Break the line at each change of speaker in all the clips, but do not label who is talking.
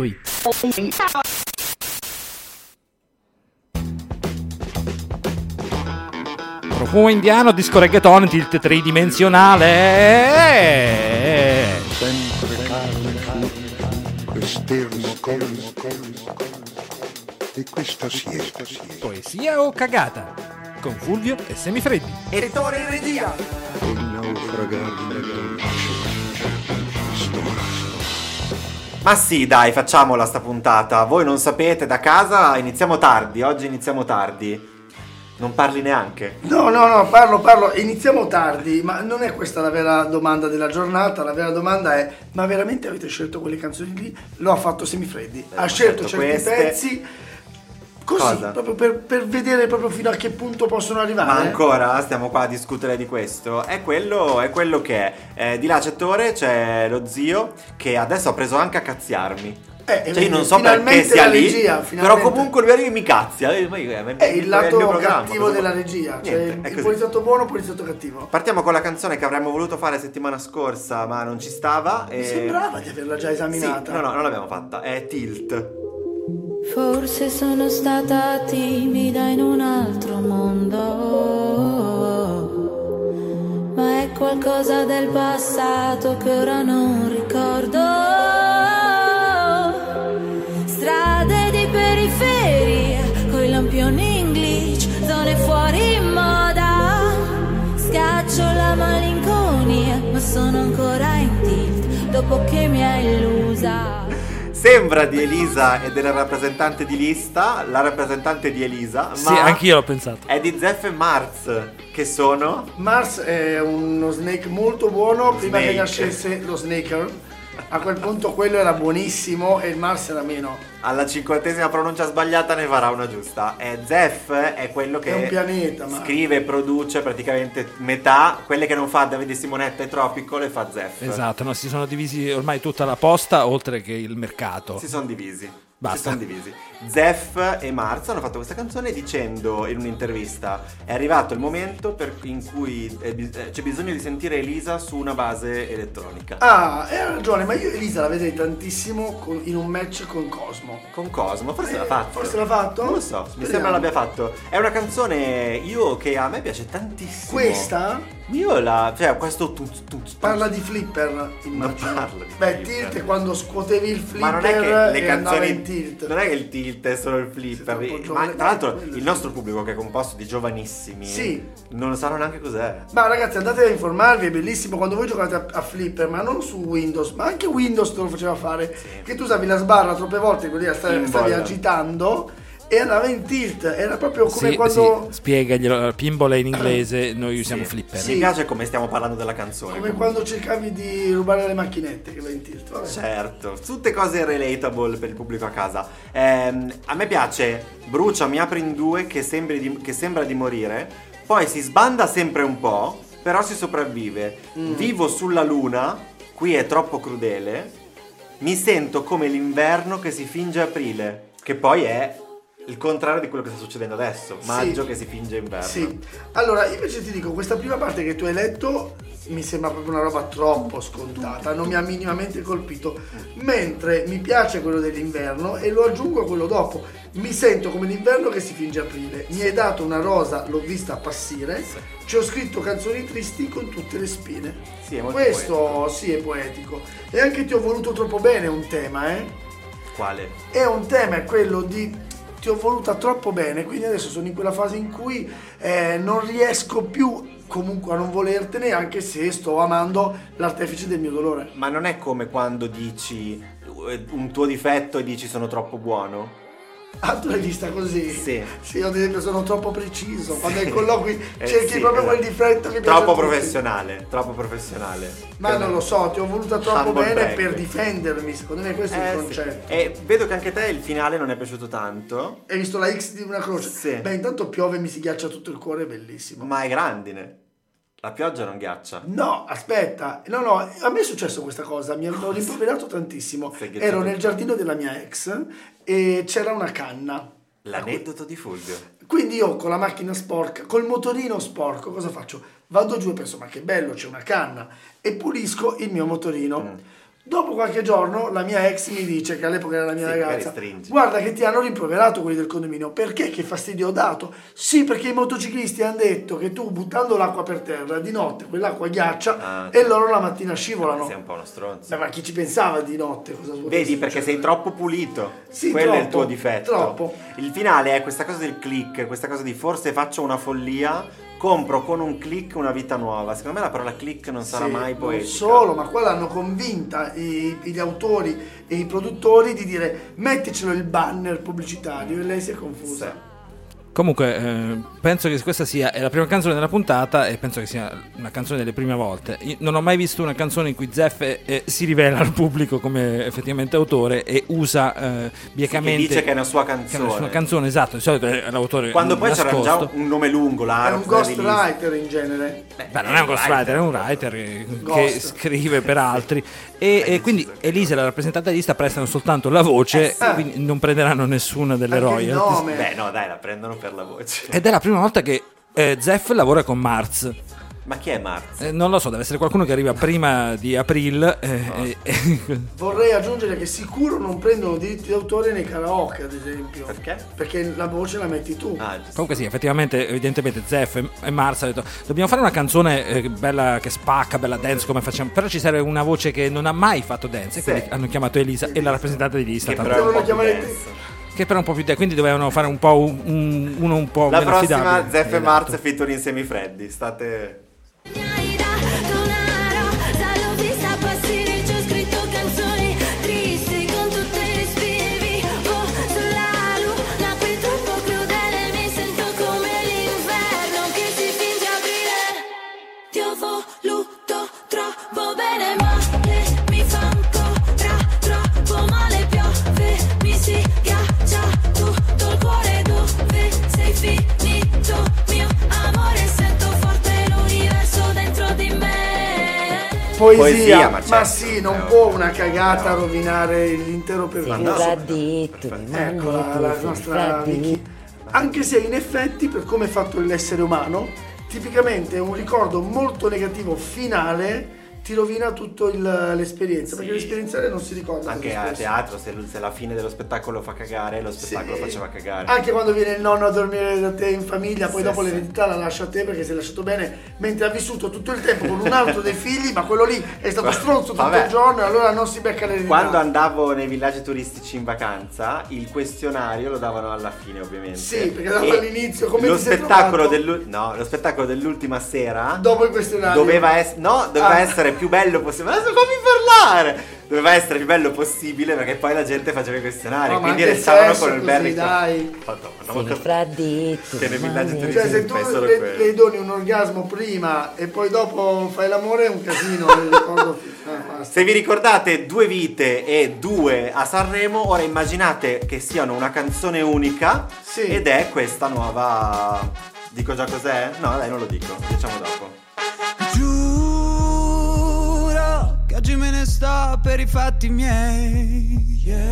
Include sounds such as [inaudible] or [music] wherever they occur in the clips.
mvradio.it.
Profumo indiano, disco reggaeton, tilt tridimensionale.
sempre esterno colmo colmo e questa siesta siesta
Poesia o cagata? Con Fulvio e Semifreddi.
e naufragarmi
Ma sì, dai, facciamola sta puntata. Voi non sapete, da casa iniziamo tardi, oggi iniziamo tardi. Non parli neanche.
No, no, no, parlo, parlo, iniziamo tardi, ma non è questa la vera domanda della giornata, la vera domanda è, ma veramente avete scelto quelle canzoni lì? Lo ha fatto Semifreddi, ha
ho
scelto certi
scelto Eh, queste.
pezzi, così,
Cosa?
proprio per, per vedere proprio fino a che punto possono arrivare.
Ma ancora stiamo qua a discutere di questo. È quello, è quello che è. Eh, di là c'è Tore, c'è lo zio che adesso ha preso anche a cazziarmi.
Eh,
Cioè, io non so
finalmente
perché sia
la
lì,
regia,
però
finalmente.
comunque lui arriva e mi cazzia. Eh, ma io- è,
È il
mio
lato
programma,
cattivo
cosa-
della regia, cioè
Niente, è
il
così.
poliziotto buono, poliziotto cattivo.
Partiamo con la canzone che avremmo voluto fare settimana scorsa, ma non ci stava. E...
Mi sembrava di averla già esaminata.
Eh, Sì, no, no, non l'abbiamo fatta. È Tilt.
Forse sono stata timida in un altro mondo, ma è qualcosa del passato che ora non ricordo. Strade di periferia, coi lampioni in glitch, zone fuori moda. Scaccio la malinconia, ma sono ancora in tilt dopo che mi ha illusa.
Sembra di Elisa e della rappresentante di lista, la rappresentante di Elisa, ma
Sì, anch'io l'ho pensato.
è di Zeff e Marz, che sono...
Mars è uno snake molto buono prima
Snake.
che nascesse lo snaker. A quel punto quello era buonissimo e il Mars era meno.
Alla cinquantesima pronuncia sbagliata ne farà una giusta. E Zeff è quello che
È un pianeta, ma-
scrive e produce praticamente metà. Quelle che non fa Davide Simonetta e Tropico le fa Zeff.
Esatto, no, si sono divisi ormai tutta la posta oltre che il mercato.
Si sono divisi.
Basta.
Si sono divisi. Zeff e Marz hanno fatto questa canzone dicendo in un'intervista: È arrivato il momento per- in cui eh, bis- eh, c'è bisogno di sentire Elisa su una base elettronica.
Ah, e ha ragione, ma io Elisa la vedrei tantissimo con- in un match con Cosmo.
Con Cosmo, forse
Eh,
l'ha fatto.
forse l'ha fatto?
Non lo so, mi
Speriamo.
sembra l'abbia fatto. È una canzone io che a me piace tantissimo.
Questa
Io la. cioè questo tuz tuz.
parla di flipper, immagino.
parla di
Beh,
flipper.
tilt è quando scuotevi il flipper
ma non è che le
e andava
canzoni
in tilt.
non è che il tilt è solo il
Sei troppo
flipper ma
giovane. Eh,
tra l'altro
Quello
il
sì.
nostro pubblico che è composto di giovanissimi
Sì.
non lo sanno neanche cos'è
Ma ragazzi andate a informarvi, è bellissimo quando voi giocate a, a flipper, ma non su Windows, ma anche Windows te lo faceva fare, che tu usavi la sbarra troppe volte, quindi la stavi,
In
stavi
bolla.
agitando e andava in tilt, era proprio come
Sì,
quando...
sì, spiegaglielo. Allora, Pinball è in inglese, noi usiamo
Sì.
flipper.
Sì.
mi piace come stiamo parlando della canzone
Come quando cercavi di rubare le macchinette che vai in tilt. vabbè.
Certo, tutte cose relatable per il pubblico a casa. Ehm, a me piace Brucia, mi apre in due che, sembri di- che sembra di morire, poi si sbanda sempre un po', però si sopravvive. Vivo sulla luna, qui è troppo crudele, mi sento come l'inverno che si finge aprile, che poi è il contrario di quello che sta succedendo adesso, maggio che si finge inverno.
Sì. Allora, io invece ti dico, questa prima parte che tu hai letto mi sembra proprio una roba troppo scontata, non mi ha minimamente colpito, mentre mi piace quello dell'inverno e lo aggiungo a quello dopo. Mi sento come l'inverno che si finge aprile. Mi hai dato una rosa, l'ho vista appassire, ci ho scritto canzoni tristi con tutte le spine.
Sì, è molto
Questo sì è poetico. E anche ti ho voluto troppo bene un tema, eh?
Quale?
E un tema è quello di ti ho voluta troppo bene, quindi adesso sono in quella fase in cui eh, non riesco più comunque a non volertene anche se sto amando l'artefice del mio dolore.
Ma non è come quando dici eh, un tuo difetto e dici sono troppo buono?
Ah, tu l'hai vista così?
Sì.
Sì, io ad esempio sono troppo preciso, quando ai colloqui
[laughs] Eh,
cerchi
sì,
proprio quel
esatto.
difetto che piace a
Troppo
tutti.
professionale, troppo professionale.
Ma non lo so, ti ho voluta troppo
Humble
bene
brag.
per difendermi, secondo me questo è
Eh,
il
sì.
concetto.
E vedo che anche a te il finale non è piaciuto tanto,
Hai visto la X di una croce?
Sì.
Beh, intanto piove e mi si ghiaccia tutto il cuore, è bellissimo.
ma è grandine. La pioggia non ghiaccia.
No, aspetta, no, no, a me è successo questa cosa, mi hanno rimproverato tantissimo.
Sei ghiacciato.
Ero nel giardino della mia ex e c'era una canna.
L'aneddoto di Fulvio.
Quindi io con la macchina sporca, col motorino sporco,
Mm.
cosa faccio? Vado giù e penso, ma che bello, c'è una canna. E pulisco il mio motorino. Dopo qualche giorno la mia ex mi dice, che all'epoca era la mia
Sì, magari
ragazza,
stringi.
guarda che ti hanno rimproverato quelli del condominio, perché che fastidio ho dato? Sì, perché i motociclisti hanno detto che tu buttando l'acqua per terra di notte quell'acqua ghiaccia
Ah.
e loro la mattina scivolano.
Sei un po' uno stronzo.
Beh, ma chi ci pensava di notte? Cosa Cioè, succede?
Vedi perché sei troppo pulito.
Sì,
Quello è il
troppo,
tuo difetto.
troppo.
Il finale è questa cosa del click, questa cosa di forse faccio una follia, compro con un click una vita nuova. Secondo me la parola click non sarà
Sì,
mai poetica.
Non solo, ma qua l'hanno convinta i- gli autori e i produttori di dire metticelo il banner pubblicitario e lei si è confusa.
Sì.
Comunque, eh, penso che questa sia è la prima canzone della puntata e penso che sia una canzone delle prime volte. Io non ho mai visto una canzone in cui Zeff eh, si rivela al pubblico come effettivamente autore e usa eh,
Che
biecamente.
dice che è una sua
che è
canzone.
una sua canzone, esatto, di solito è l'autore
Quando poi c'era
nascosto.
già un nome lungo,
È
l'aro.
un ghostwriter in genere.
Beh, non è un ghostwriter, è un writer che,
Ghost.
che scrive per altri. E, e quindi Elisa e la rappresentante di lista prestano soltanto la voce,
Eh.
sì.
quindi non prenderanno nessuna delle
Anche il
royalties.
nome.
Beh, no, dai, la prendono per la voce.
Ed è la prima volta che eh, Zeff lavora con Marz.
Ma chi è Marz?
Eh, non lo so, deve essere qualcuno che arriva prima di April. eh,
Ah.
e- e- [laughs]
Vorrei aggiungere che sicuro non prendono diritti d'autore nei karaoke, ad esempio.
Perché?
Perché la voce la metti
Eh,
tu.
Ah, giusto.
Comunque sì, effettivamente, evidentemente Zeff e- e Mars hanno detto dobbiamo fare una canzone eh, bella che spacca, bella dance come facciamo, però ci serve una voce che non ha mai fatto dance e
Sì.
quindi hanno chiamato Elisa e la rappresentante di lista,
Che
tanto-
però è un
Devono
po' più
chiamare-
denso.
che però un po' più te, quindi dovevano fare un po' un- un- uno un po'
La
meno
prossima,
affidabile.
Zeff e
Esatto.
Marz featuring semifreddi. State.
Oh, Trovo bene male, mi fa ancora troppo male, piove, mi si ghiaccia tutto il cuore dove sei finito, mio amore, sento forte l'universo dentro di me.
Poesia,
Poesia, ma
ma,
certo.
sì, non
Eh,
può
ok.
una cagata rovinare l'intero percorso.
no,
L'ha detto,
Eh,
Ecco la, la nostra Vicky. Anche se in effetti, per come è fatto l'essere umano, tipicamente un ricordo molto negativo finale ti rovina tutta l'esperienza, perché l'esperienziale non si ricorda.
Anche
cosa
a
è successo.
teatro, se, se la fine dello spettacolo fa cagare, lo spettacolo
Sì.
faceva cagare.
Anche quando viene il nonno a dormire da te in famiglia, poi
Sì,
dopo
sì.
l'eredità la lascia a te perché sei lasciato bene, mentre ha vissuto tutto il tempo con un altro dei figli, ma quello lì è
[laughs]
stato stronzo tutto
Vabbè.
il giorno e allora non si becca l'eredità.
Quando andavo nei villaggi turistici in vacanza, il questionario lo davano alla fine, ovviamente.
Sì, perché davano
E
all'inizio, come
lo
ti sei
spettacolo,
trovato?
dell'u- no, lo spettacolo dell'ultima sera
Dopo il questionario.
doveva, es- no, doveva
Ah.
essere più bello possibile. Adesso fammi parlare! Doveva essere più bello possibile perché poi la gente faceva i questionari.
No, ma
quindi
anche il
restavano
sesso
con il
così,
berry.
dai.
Madonna, ma cosa-
Semifreddi.
Che nei villaggi turistici
Cioè, se tu
fai solo
le,
quello.
le doni un orgasmo prima e poi dopo fai l'amore è un casino. il ricordo- eh, basta.
Se vi ricordate due vite e due a Sanremo, ora immaginate che siano una canzone unica
Sì.
ed è questa nuova... Dico già cos'è? No, dai, non lo dico, diciamo dopo.
Giuro che oggi me ne sto per i fatti miei. Yeah.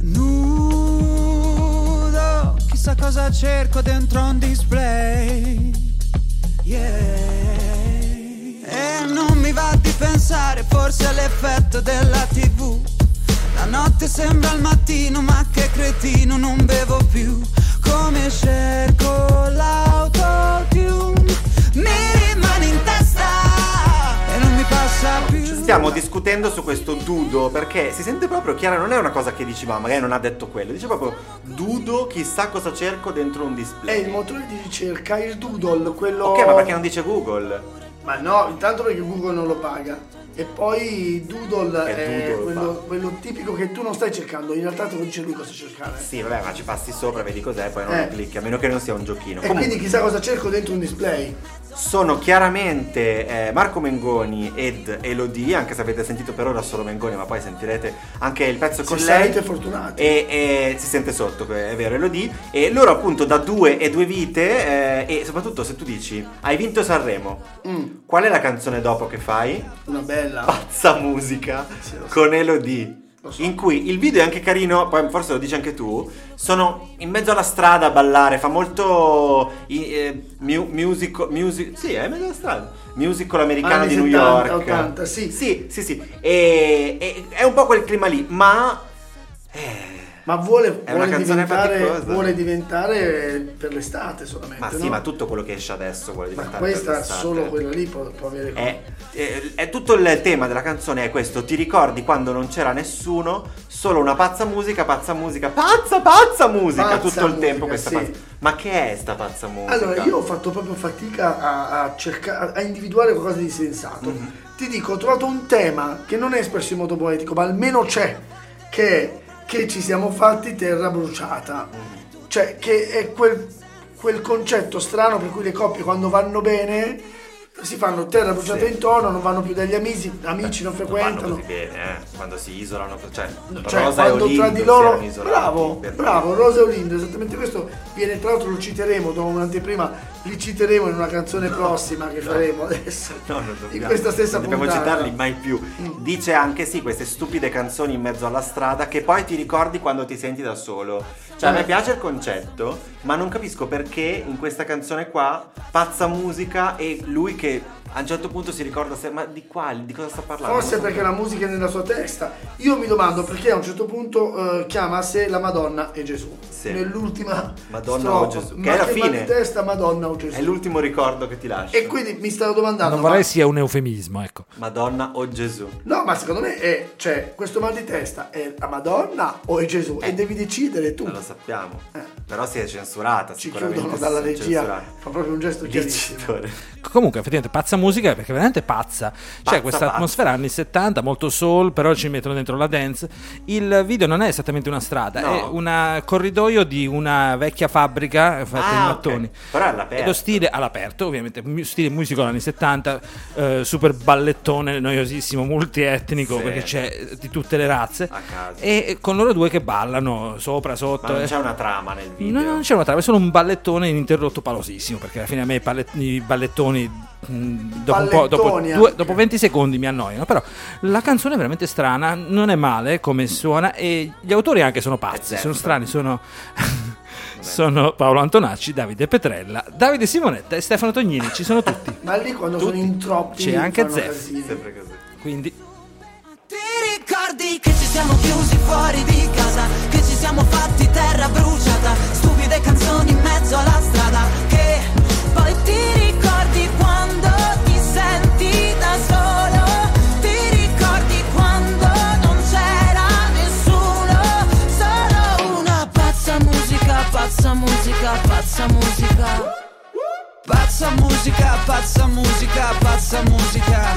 Nudo, chissà cosa cerco dentro un display. Yeah. E non mi va di pensare forse all'effetto della tv La notte sembra il mattino ma che cretino non bevo più Come cerco l'autotune Mi rimane in testa e non mi passa più
Ci stiamo discutendo su questo dudo perché si sente proprio chiara, non è una cosa che dici ma magari non ha detto quello, dice proprio dudo chissà cosa cerco dentro un
È
display.
il motore di ricerca, il doodle, quello.
Ok, ma perché non dice Google?
Ma no, intanto perché Google non lo paga. E poi Doodle
Che
è
doodle
quello,
fa?
quello tipico che tu non stai cercando, in realtà te lo dice lui cosa cercare.
Sì, vabbè, ma ci passi sopra, vedi cos'è, poi non lo
Eh.
clicchi, a meno che non sia un giochino.
E
Comunque-
quindi chissà cosa cerco dentro un display.
Sono chiaramente eh, Marco Mengoni ed Elodie, anche se avete sentito per ora solo Mengoni, ma poi sentirete anche il pezzo con
Se
lei.
sarete fortunati.
E, e si sente sotto, è vero, Elodie. E loro appunto da due e due vite, eh, e soprattutto se tu dici hai vinto Sanremo,
Mm.
qual è la canzone dopo che fai? Ah,
Una bella.
Pazza musica
Sì, lo so.
con Elodie.
so.
in cui il video è anche carino, poi forse lo dici anche tu, sono in mezzo alla strada a ballare, fa molto i- eh, mu- musical, music- sì, è in mezzo alla strada, musical americano
Anni
di New
70,
York.
80, sì.
Sì, sì, sì. E, e- è un po' quel clima lì, ma eh,
Ma vuole,
È una
vuole
canzone
diventare,
faticosa.
vuole diventare per l'estate solamente.
Ma sì,
no?
ma tutto quello che esce adesso vuole
Ma
diventare
questa,
quell'estate.
solo quella lì può, può avere.
È, è- è tutto il tema della canzone è questo, ti ricordi quando non c'era nessuno, solo una pazza musica, pazza musica, pazza pazza musica,
Pazza
tutto il
musica,
tempo questa
sì.
pazza. Ma che è sta pazza musica?
Allora, io ho fatto proprio fatica a, a cercare, a individuare qualcosa di sensato.
Mhm.
Ti dico, ho trovato un tema che non è espresso in modo poetico, ma almeno c'è, che è che ci siamo fatti terra bruciata. Cioè, che è quel, quel concetto strano per cui le coppie quando vanno bene si fanno terra bruciata
Sì. Eh,
intorno, non vanno più dagli amici, amici non
Vanno
frequentano.
così bene, eh, quando si isolano, cioè,
Cioè,
Rosa e
quando
Olindo
tra di
si
loro
erano isolati
bravo,
per-
bravo, Rosa e Olindo, esattamente questo viene tra l'altro lo citeremo, do un'anteprima, li citeremo in una canzone prossima che faremo adesso.
No, non
in
dobbiamo.
questa stessa
non
puntata. Mm.
dobbiamo citarli mai più. Dice anche sì, queste stupide canzoni in mezzo alla strada che poi ti ricordi quando ti senti da solo. Cioè, a me piace il concetto, ma non capisco perché in questa canzone qua pazza musica e lui che a un certo punto si ricorda se- ma di quali, di cosa sta parlando?
Forse
Non so
perché la musica è nella sua testa. Io mi domando perché a un certo punto eh, chiama a sé la Madonna e Gesù.
Sì.
Nell'ultima
Madonna
strofa.
o Gesù, che
Ma
è la
va
fine.
di testa Madonna o Gesù.
È l'ultimo ricordo che ti lascio.
E quindi mi stavo domandando
Non
ma-
vorrei sia un eufemismo, ecco.
Madonna o Gesù.
No, ma secondo me è, cioè, questo mal di testa è la Madonna o è Gesù?
Eh.
E devi decidere tu.
Non lo sappiamo.
Eh.
Però si è censurata.
Ci
sicuramente certo,
chiudono dalla
si è
regia.
censurata.
Fa proprio un gesto chiarissimo.
Dicitore.
Comunque, effettivamente, pazza musica perché è veramente pazza. C'è
Pazza,
questa
pazza.
atmosfera anni 70, molto soul, però ci mettono dentro la dance. Il video non è esattamente una strada,
No.
è un corridoio di una vecchia fabbrica eh, fatta in
Ah,
mattoni.
ok. Però è
E lo
all'aperto.
stile all'aperto, ovviamente, mu- stile musical anni 70, eh, super ballettone, noiosissimo, multietnico,
Sì.
perché c'è di tutte le razze.
A caso.
E con loro due che ballano sopra, sotto.
Ma non
eh.
c'è una trama nel video.
No, non c'è una trama, è solo un ballettone ininterrotto palosissimo, perché alla fine a me i palle- i ballettoni mh, dopo, un po', dopo,
Ballettoni
due-
anche.
dopo 20 secondi mi annoiano, però la canzone è veramente strana, non è male come suona e gli autori anche sono pazzi,
certo.
sono strani, sono... [laughs] sono Paolo Antonacci, Davide Petrella, Davide Simonetta e Stefano Tognini, ci sono tutti,
Ma lì quando sono in troppi
C'è anche
fanno
Zef.
casino.
Sempre così.
quindi
Ti ricordi che ci siamo chiusi fuori di casa, che ci siamo fatti terra bruciata, stupide canzoni in mezzo alla strada, che poi ti ricordi quando ti senti da solo, ti ricordi quando non c'era nessuno, solo una pazza musica, pazza musica, pazza musica. Pazza musica, pazza musica, pazza musica.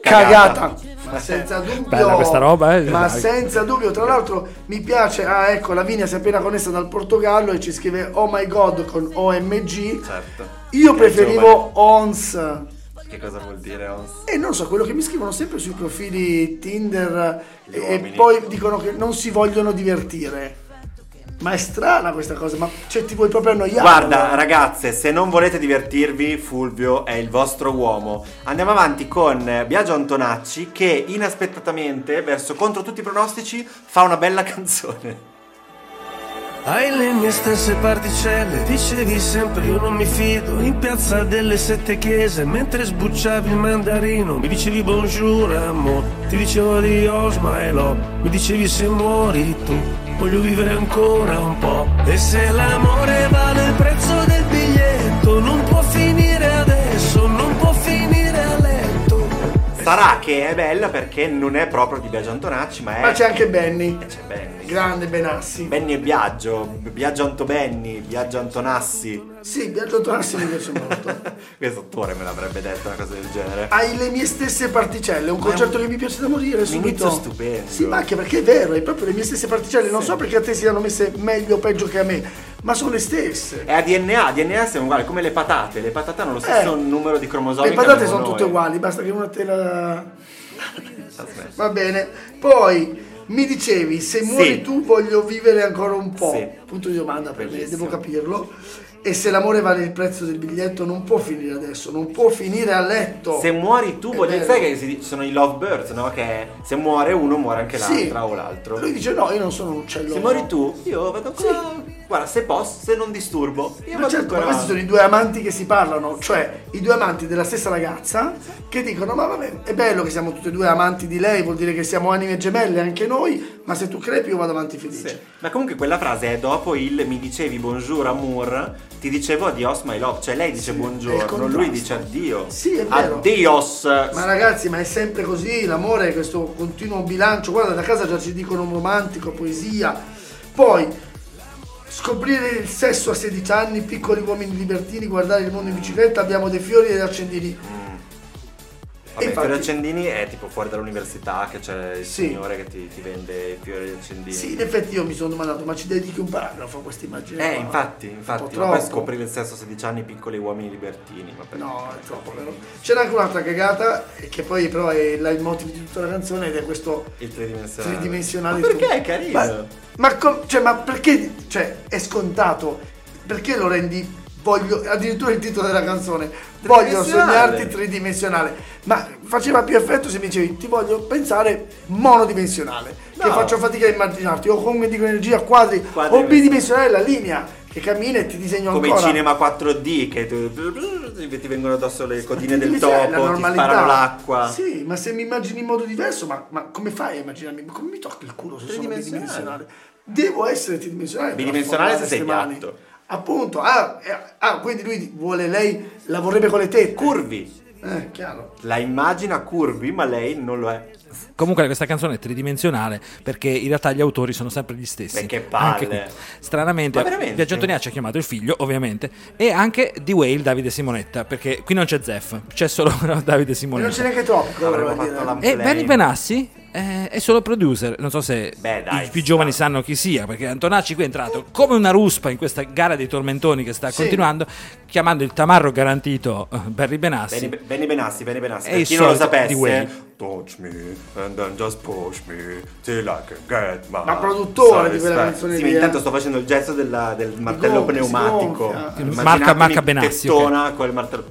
Cagata. Ma senza dubbio.
Bella questa roba, eh?
Ma
Dai.
senza dubbio, tra l'altro mi piace. Ah, ecco, Lavinia si è appena connessa dal Portogallo e ci scrive Oh my god con OMG.
Certo.
Io
Che
preferivo ONS.
giovane. Che cosa vuol dire Ons?
E non so, quello che mi scrivono sempre sui profili Tinder
Gli
e
uomini.
poi dicono che non si vogliono divertire. Ma è strana questa cosa, ma cioè, ti vuoi proprio annoiare?
Guarda, ragazze, se non volete divertirvi, Fulvio è il vostro uomo. Andiamo avanti con eh, Biagio Antonacci che inaspettatamente, verso contro tutti i pronostici, fa una bella canzone.
Hai le mie stesse particelle, dicevi sempre io non mi fido In piazza delle sette chiese, mentre sbucciavi il mandarino Mi dicevi bonjour amore, ti dicevo adios my love Mi dicevi se muori tu, voglio vivere ancora un po' E se l'amore vale il prezzo del biglietto Non può finire adesso, non può finire a letto
Sarà che è bella perché non è proprio di Biagio Antonacci, ma è.
Ma c'è anche Benny,
eh, c'è Benny.
grande Benassi.
Benny e Biagio, Biagio Antobenni, Biagio Antonassi.
Sì, Biagio Antonassi mi piace molto.
Questo attore me l'avrebbe detto una cosa del genere.
Hai le mie stesse particelle, un concetto che mi piace da morire subito.
inizio stupendo.
Sì, ma anche perché è vero, hai proprio le mie stesse particelle. Non so perché a te siano messe meglio o peggio che a me, ma sono le stesse.
È a DNA, DNA siamo uguali, come le patate. Le patate hanno lo stesso
Eh,
numero di cromosomi.
Le
che
patate
abbiamo
sono
noi.
tutte uguali, basta che una te la.
Aspetta.
Va bene. Poi mi dicevi, se muori tu voglio vivere ancora un po'.
Sì.
Punto di domanda per me,
Bellissimo.
devo capirlo. E se l'amore vale il prezzo del biglietto non può finire adesso, non può finire a letto.
Se muori tu,
È
voglio
vero.
sai che si dice- sono i lovebirds, no? Che se muore uno muore anche
Sì.
l'altra o l'altro.
Lui dice no, io non sono un uccello.
Se
no.
muori tu, io vado qua. Guarda, se posso, se non disturbo, io
Ma
vado
certo, ma
ancora
questi sono i due amanti che si parlano, cioè i due amanti della stessa ragazza che dicono ma vabbè è bello che siamo tutti e due amanti di lei, vuol dire che siamo anime gemelle anche noi, ma se tu crepi io vado avanti felice.
Sì. Ma comunque quella frase è dopo il mi dicevi bonjour amour, ti dicevo adios my love, cioè lei dice
è il
buongiorno,
contrasto.
lui dice addio.
Sì, è vero.
Adios.
Ma ragazzi, ma è sempre così, l'amore è questo continuo bilancio. Guarda, da casa già ci dicono romantico, poesia. Poi scoprire il sesso a 16 anni, piccoli uomini libertini, guardare il mondo in bicicletta, abbiamo dei fiori e degli accendini.
Vabbè,
infatti-
Fiore Accendini è tipo fuori dall'università che c'è il
Sì.
signore che ti, ti vende i fiori di accendini.
Sì, in effetti io mi sono domandato, ma ci dedichi un paragrafo a questa immagine?
Eh,
qua?
infatti,
Un
infatti,
po'
ma poi
troppo.
scoprire il sesso a 16 anni piccoli uomini libertini, ma per
No, è troppo vero. C'era anche un'altra cagata, eh, che poi però è il motivo di tutta la canzone ed è questo
il tridimensionale.
tridimensionale.
Ma perché
tu.
è carino?
Ma, ma com- cioè, ma perché cioè, è scontato? Perché lo rendi voglio addirittura il titolo della canzone voglio
Tridimensionale.
sognarti tridimensionale ma faceva più effetto se mi dicevi ti voglio pensare monodimensionale che
No.
faccio fatica a immaginarti o come dico energia quadri o
Quadrimensionale.
bidimensionale la linea che cammina e ti disegno
come
ancora
i cinema 4D che tu- ti vengono addosso le codine del
Tridimensionale, la
topo, ti
normalità.
sparano l'acqua.
Sì, ma se mi immagini in modo diverso, ma, ma come fai a immaginarmi? Come mi tocca il culo se sono
Tridimensionale.
bidimensionale? Devo essere tridimensionale. per
Bidimensionale se
affollare
sei
queste mani.
piatto.
Appunto, ah, eh, ah, quindi lui vuole lei, la vorrebbe con le tette.
Curvi.
Eh, chiaro.
La immagina curvi, ma lei non lo è.
Comunque questa canzone è tridimensionale perché in realtà gli autori sono sempre gli stessi.
Beh, che palle.
Anche qui. Stranamente,
Ma veramente?
Biagio Antoniacci ha chiamato il figlio, ovviamente, e anche di Whale Davide Simonetta, perché qui non c'è Zeff, c'è solo [laughs] Davide
E non c'è
Simonetta.
neanche troppo. volevo
Avremmo fatto
dire.
la-
E
Lei.
Benny Benassi eh, è solo producer, non so se
Beh, dai,
i più
sta.
giovani sanno chi sia, perché Antonacci qui è entrato come una ruspa in questa gara dei tormentoni che sta
Sì.
continuando, chiamando il tamarro garantito eh, Barry Benassi.
Bene, bene Benassi, bene Benassi.
È
Per
il
chi non lo
solito di
sapesse,
Wayne.
touch me and then just push me till I can get my
Ma produttore di
satisfaction."
quella canzone
Sì,
lì,
ma intanto
eh.
sto facendo il gesto della- del martello
gonfia, si
pneumatico.
gonfia.
Immaginatemi
Marca- marca Benassi,
Tettona col martello.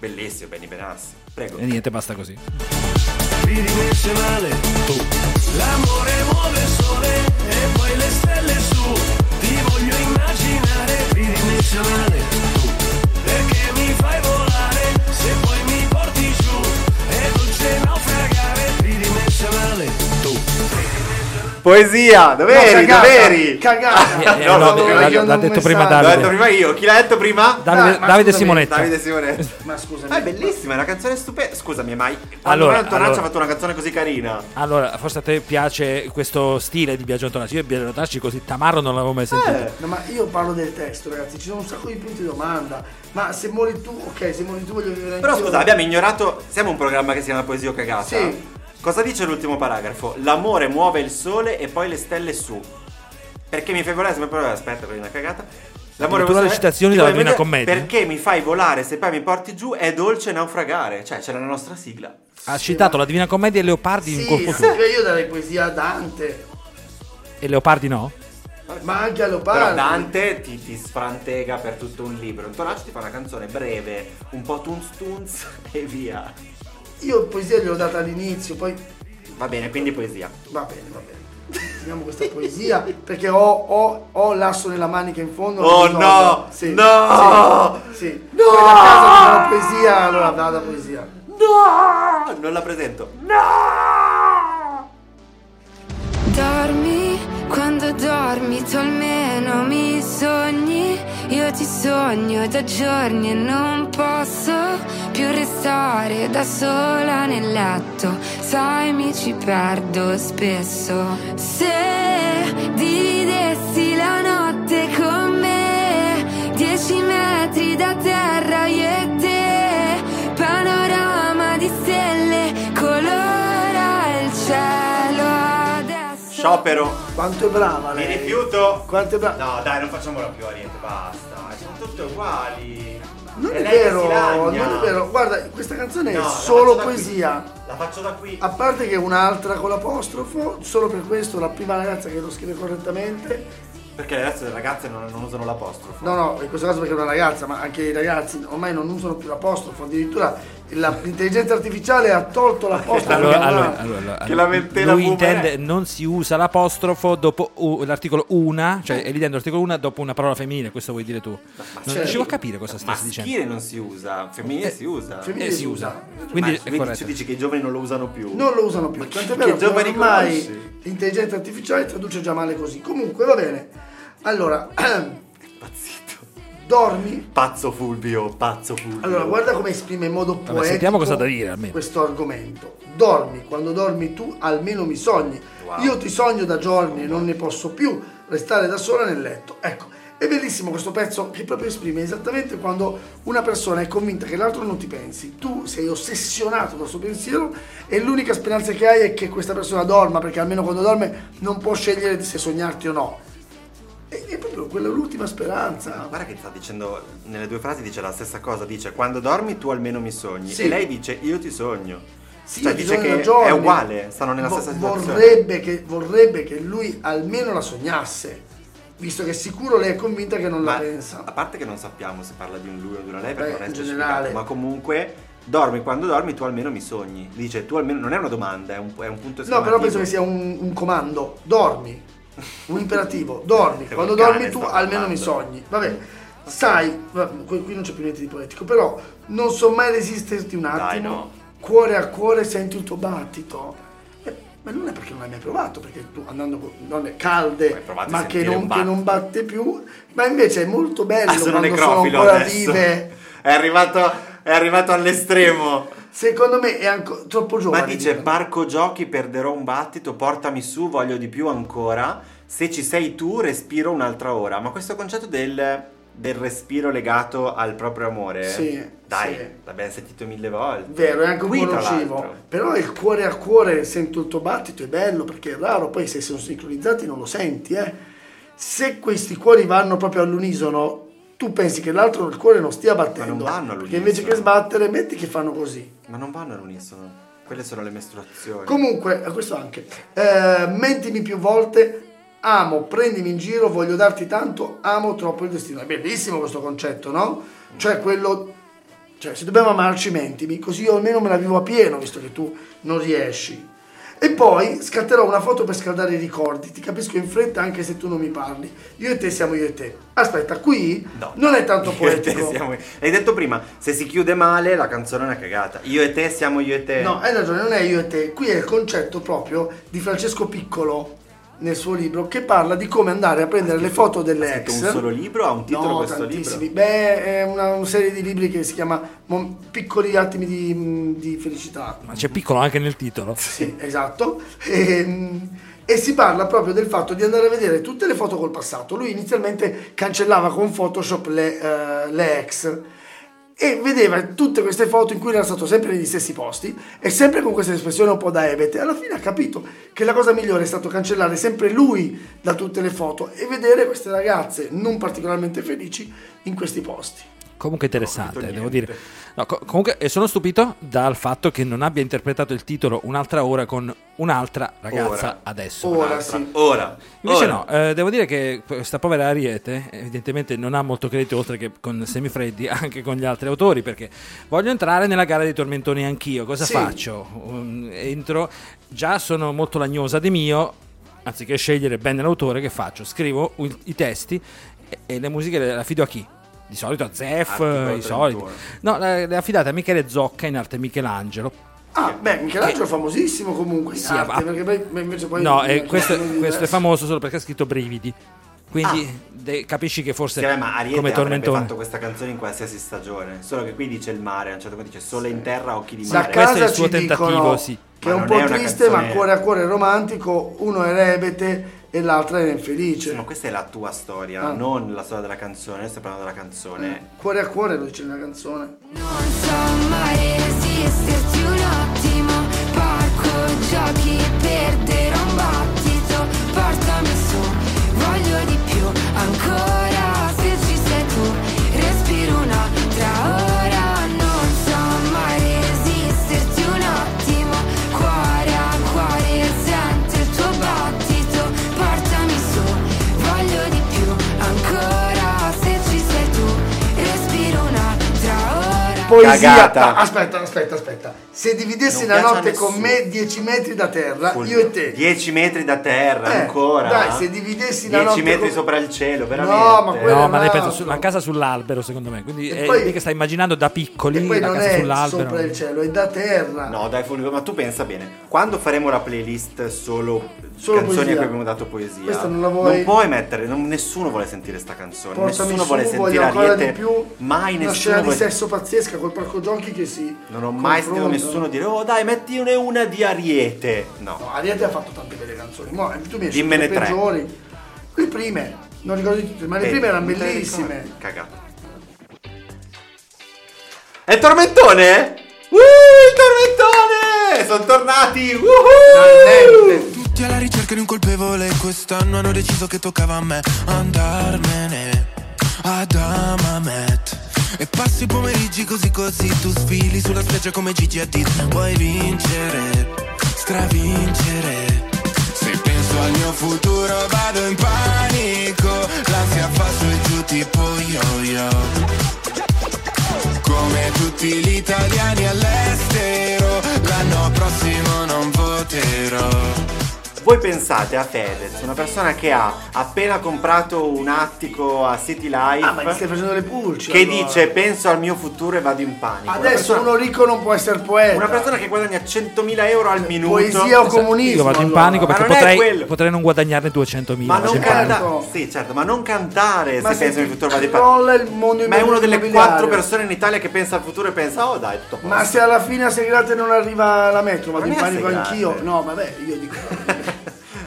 Bellissimo, Bene Benassi. Prego.
Eh.
E niente, basta così.
tridimensionale. L'amore muove il sole e poi le stelle su. Ti voglio immaginare tridimensionale. Perché mi fai volare se poi mi porti giù. È dolce naufragare tridimensionale.
Poesia,
No,
doveri,
cagata,
doveri. [laughs]
Cagata.
Eh, eh,
No,
no,
no,
l'ha-
io-
l'ha,
io non
detto
mi sa-
prima
L'ho detto
Davide.
prima io, chi l'ha detto prima?
Davide,
Ah, ma
Davide
scusami,
Simonetta.
Davide Simonetti.
Ma scusami.
Ma Ah, è bellissima, è una canzone stupenda. Scusami, ma quando
Allora,
allora, Antonacci
allora.
ha fatto una canzone così carina?
Allora, forse a te piace questo stile di Biagio Antonacci. Io e Biagio Antonacci così tamarro non l'avevo mai sentito.
Eh, No, ma io parlo del testo, ragazzi, ci sono un sacco di punti di domanda. Ma se muori tu, ok, se muori tu voglio vivere
Però
anch'io.
scusa, abbiamo ignorato. Siamo un programma che si chiama Poesia o Cagata.
Sì.
Cosa dice l'ultimo paragrafo? L'amore muove il sole e poi le stelle su. Perché mi fai volare? Sempre però aspetta, prima una cagata. L'amore
Addirittura
muove il
le
sole-
citazioni
Ti
dalla
voglio
Divina
vedere-
Commedia.
Perché mi fai volare se poi mi porti giù è dolce naufragare. Cioè, c'è la nostra sigla.
Ha citato la Divina Commedia e Leopardi in
Sì,
un colpo
sì,
solo.
io darei poesia a Dante,
E Leopardi no?
ma anche a
Però
Leopardi.
Dante ti, ti sfrantega per tutto un libro. Antonacci ti fa una canzone breve, un po' tunz tunz [laughs] e via.
Io poesia gliel'ho data all'inizio, poi
Va bene, quindi poesia.
va bene, va bene. Finiamo
[laughs]
questa poesia perché ho, ho, ho l'asso nella manica in fondo. non
Oh,
mi ricordo.
no!
Sì,
No!
Sì, sì. Poi da casa mi fa la poesia, allora vada poesia.
No! Ah, Non la presento. No!
Dormi quando dormi, tu almeno mi sogni. Io ti sogno da giorni e non posso più restare da sola nel letto. Sai, mi ci perdo spesso. Se dividessi la notte con me, dieci metri da terra, io e te, panorama di stelle, colora il cielo adesso.
Sciopero.
Quanto è brava
Mi
lei.
rifiuto.
Quanto è brava.
No, dai, non facciamola più Ariete, basta. Sono tutte uguali.
Non è
lei che
vero,
si lagna.
non è vero. Guarda, questa canzone
No,
è
la
solo
faccio da qui.
poesia. Ah.
La faccio da qui.
A parte che un'altra con l'apostrofo, solo per questo la prima ragazza che lo scrive correttamente
Perché adesso le ragazze non, non usano l'apostrofo.
No, no, in questo caso perché è una ragazza, ma anche i ragazzi ormai non usano più l'apostrofo, addirittura la- l'intelligenza artificiale ha tolto l'apostrofo.
Allora,
dal
allora,
volante.
allora, eh, allora,
Che la ventela
lui
boomer è.
intende non si usa l'apostrofo dopo u- l'articolo una, cioè elidendo l'articolo una dopo una parola femminile, questo vuoi dire tu. Non
certo.
riuscivo a capire cosa stessi dicendo.
Maschile non si usa, femminile si usa.
femminile
Eh, si
si
usa.
usa.
Quindi ecco,
Ma
è
vedi,
corretto.
tu dici che i giovani non lo usano più.
Non lo usano più, tant'è
che
vero che
giovani
ormai
conosci?
l'intelligenza artificiale traduce già male così. Comunque va bene. Allora, [clears throat]
Pazzito.
dormi.
Pazzo Fulvio, pazzo Fulvio.
Allora, guarda come esprime in modo poetico
sentiamo cosa da dire, almeno.
questo argomento. Dormi, quando dormi tu almeno mi sogni. Io ti sogno da giorni e non ne posso più restare da sola nel letto. Ecco, è bellissimo questo pezzo che proprio esprime esattamente quando una persona è convinta che l'altro non ti pensi. Tu sei ossessionato dal suo pensiero e l'unica speranza che hai è che questa persona dorma, perché almeno quando dorme non può scegliere se sognarti o no. E è proprio quella l'ultima speranza.
Ah, Guarda che sta dicendo, nelle due frasi dice la stessa cosa, dice quando dormi tu almeno mi sogni
Sì.
e lei dice io ti sogno.
Sì,
cioè
ci
dice
sono
che
ragioni.
è uguale, stanno nella
Vo-
stessa situazione.
vorrebbe che, vorrebbe che lui almeno la sognasse, visto che sicuro lei è convinta che non la
Ma
pensa.
a parte che non sappiamo se parla di un lui o di una lei
Beh,
perché non è
in
specificato,
generale.
ma comunque dormi quando dormi tu almeno mi sogni. Dice tu almeno non è una domanda, è un, è un punto
No, però penso che
esclamativo.
sia un, un comando. Dormi. Un imperativo.
[laughs]
Dormi.
Sei
Quando
un cane,
dormi tu
sta
almeno mi
comando.
sogni. Vabbè. Sai, vabbè, qui qui non c'è più niente di poetico, però non so mai resisterti un attimo.
no.
Cuore a cuore senti il tuo battito. Eh, Ma non è perché non l'hai mai provato, perché tu andando con donne calde,
Hai provato a
ma che
sentire
non,
un
che non batte più, ma invece è molto bello
Ah, sono
quando sono
necrofilo
ancora
adesso.
vive.
[laughs] È arrivato, è arrivato all'estremo.
Secondo me è ancora troppo
Ma
giovane.
dice
Dylan.
parco giochi, perderò un battito, portami su, voglio di più ancora. Se ci sei tu, respiro un'altra ora. Ma questo concetto del, del respiro legato al proprio amore,
Sì,
dai,
sì.
l'abbiamo sentito mille volte.
Vero, è anche un
Qui,
po'
tra
nocivo.
l'altro.
Però il cuore a cuore sento il tuo battito, è bello perché è raro. Poi se sono sincronizzati non lo senti, eh. Se questi cuori vanno proprio all'unisono, tu pensi che l'altro il cuore non stia battendo.
vanno all'unisono.
Perché invece che sbattere, metti che fanno così.
Ma non vanno all'unisono. Quelle sono le mestruazioni.
Comunque, eh, questo anche. Eh, mentimi più volte. Amo, prendimi in giro, voglio darti tanto, amo troppo il destino. È bellissimo questo concetto, no? Cioè quello. Cioè, se dobbiamo amarci, mentimi, così io almeno me la vivo a pieno, visto che tu non riesci. E poi scatterò una foto per scaldare i ricordi. Ti capisco in fretta anche se tu non mi parli. Io e te siamo io e te. Aspetta, qui
No,
non è tanto
[laughs] Io e te
poetico.
siamo- Hai detto prima, se si chiude male la canzone è una cagata. Io e te siamo io e te.
No, hai ragione, non è io e te. Qui è il concetto proprio di Francesco Piccolo nel suo libro che parla di come andare a prendere le foto
Ah, Ha
delle
scritto
ex.
un solo libro, ha un titolo
no,
questo
tantissimi.
libro.
Beh, è una, una serie di libri che si chiama Mo- Piccoli attimi di, di felicità.
Ma c'è piccolo anche nel titolo.
Sì, esatto. Ehm, E, si parla proprio del fatto di andare a vedere tutte le foto col passato. Lui inizialmente cancellava con Photoshop le, eh, le ex e vedeva tutte queste foto in cui era stato sempre negli stessi posti e sempre con questa espressione un po' da ebete. Alla fine ha capito che la cosa migliore è stato cancellare sempre lui da tutte le foto e vedere queste ragazze non particolarmente felici in questi posti.
Comunque interessante, devo dire. No, co- comunque eh, sono stupito dal fatto che non abbia interpretato il titolo un'altra ora con un'altra ragazza
Ora.
adesso.
Ora
Tra-
sì.
Ora.
Invece
ora.
no, eh, devo dire che questa povera Ariete evidentemente non ha molto credito oltre che con Semifreddi [laughs] anche con gli altri autori perché voglio entrare nella gara dei tormentoni anch'io, cosa
Sì.
faccio? Um, entro, già sono molto lagnosa di mio, anziché scegliere bene l'autore che faccio? Scrivo il- i testi e, e le musiche le, la affido a chi? Di solito a Zef,
Articolo
i soliti.
31.
No, le, le affidate a Michele Zocca in arte Michelangelo.
Ah, beh, Michelangelo è famosissimo comunque in
Sì,
arte,
ma-
perché poi- ma invece poi...
no, eh, questo,
Sono
questo è
diversi.
famoso solo perché ha scritto Brividi. Quindi
Ah.
de- capisci che forse
Sì, vabbè, ma Ariete
come
avrebbe
tormentone.
fatto questa canzone in qualsiasi stagione, solo che qui dice il mare, a un certo punto dice sole in terra, occhi di
Da
Sa-
mare.
questo
casa
è il suo
ci
tentativo,
dicono
sì.
Che è
Ma
un
non
po'
è una
triste, ma
canzone-
cuore a cuore romantico, uno è rebete e l'altra è infelice.
Ma questa è la tua storia,
Ah.
non la storia della canzone, io sto parlando della canzone.
Cuore a cuore lo dice nella canzone.
Non so mai resisterti un attimo, parco giochi, perderò un battito, portami su, voglio di più, ancora se ci sei tu, respiro un'altra ora, non so mai resisterti un attimo, cuore a cuore sento il tuo battito, portami su, voglio di più.
poesia.
Cagata.
Aspetta, aspetta, aspetta. Se dividessi
Non
la
piace a
notte con
nessuno.
me 10 metri da terra,
Fulvio.
Ah, io e te.
10 metri da terra,
Eh,
ancora.
dai, se dividessi la
10
notte
metri
con-
sopra il cielo, veramente.
No, ma quello-
No, ma lei
un
pensa
altro.
su- una casa sull'albero, secondo me. Quindi
E
è
poi-
lì che sta immaginando da piccoli
E poi
la
non
casa
è
sull'albero.
sopra il cielo, è da terra.
No, dai, Fulvio, ma tu pensa bene. Quando faremo la playlist solo,
Solo
canzoni a
poesia.
cui abbiamo dato poesia,
Questa non la vuoi?
puoi mettere, non- nessuno vuole sentire sta canzone.
Portami
nessuno
su,
vuole
voglio
sentire
ancora
Ariete.
di più.
Mai
Una
nessuno
scena di
vuole-
sesso pazzesca col parco giochi che si.
Non ho mai sentito
confrontano.
nessuno dire, oh dai, mettine una di Ariete. No.
No, Ariete ha fatto tante belle canzoni. Mo, eh, tu mi hai scelto
Dimmene
le
tre.
peggiori. Le prime, non ricordo di tutte, ma le
Beh,
prime erano
non te le
bellissime.
ricordi. Cagata. È tormentone? Uh, il tormentone! Sono tornati! Uhuh!
Finalmente.
Tutti alla ricerca di un colpevole Quest'anno hanno deciso che toccava a me Andarmene ad Amamet E passi i pomeriggi così così Tu sfili sulla spiaggia come Gigi Hadid Vuoi vincere, stravincere Se penso al mio futuro vado in panico L'ansia fa su e giù tipo yo-yo come tutti gli italiani all'estero, l'anno prossimo non voterò.
Voi pensate a Fedez, una persona che ha appena comprato un attico a City Life
Ah, ma gli stai facendo le pulce.
eh. che
allora.
dice penso al mio futuro e vado in panico. Una
Adesso
persona-
uno ricco non può essere poeta.
una persona che guadagna 100.000 euro al minuto.
Eh, Poesia o comunismo.
Io vado in
allora.
panico perché
Ma non è
potrei,
quello.
potrei non guadagnarne 200.000.
Ma
vado
non
in panico.
canta-
cantare. Sì, certo, ma non cantare
Ma
se penso al
ti
futuro vado in panico.
crolla il mondo
Ma è una delle
immobiliare.
quattro persone in Italia che pensa al futuro e pensa, oh dai, tutto a posto.
Ma se alla fine a Segrate non arriva la metro, vado
Non
in
è a
panico
Segrate.
anch'io. No, vabbè, io dico.
[laughs]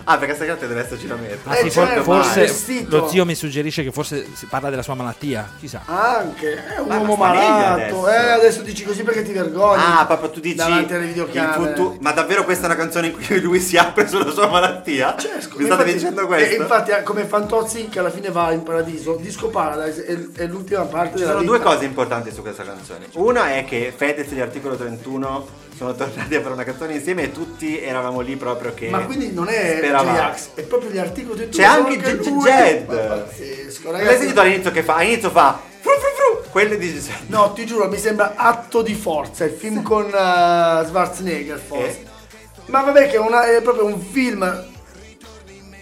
Ah, perché a Segrate deve esserci la meta.
Ah,
Eh,
sì, for-
certo,
forse
ma il vestito. Ah,
lo zio mi suggerisce che forse si parla della sua malattia, chissà.
Anche, è un
Ma- ma
uomo
sta meglio
malato.
adesso.
Eh, adesso dici così perché ti vergogni.
Ah, proprio tu dici
Davanti alle
il
videocamere.
futu- Ma davvero questa è una canzone in cui lui si apre sulla sua malattia?
Cioè, scu-
Mi state
infatti-
dicendo
E
questo?
infatti, eh, come Fantozzi che alla fine va in paradiso, Disco Paradise è, è l'ultima parte
Ci
della
sono
vita.
due cose importanti su questa canzone. Una è che Fedez e gli articolo 31 sono tornati a fare una canzone insieme e tutti eravamo lì proprio che
Ma quindi non è
speravamo.
J-Ax, è proprio gli articoli di
C'è anche J- J- Jed.
Pazzesco,
L'hai
ragazzi.
sentito all'inizio che fa? All'inizio fa fru fru fru. Quello dice "Sì".
No, ti giuro, mi sembra atto di forza. Il film con eh, Schwarzenegger, forse.
Eh.
Ma vabbè, che è, una- è proprio un film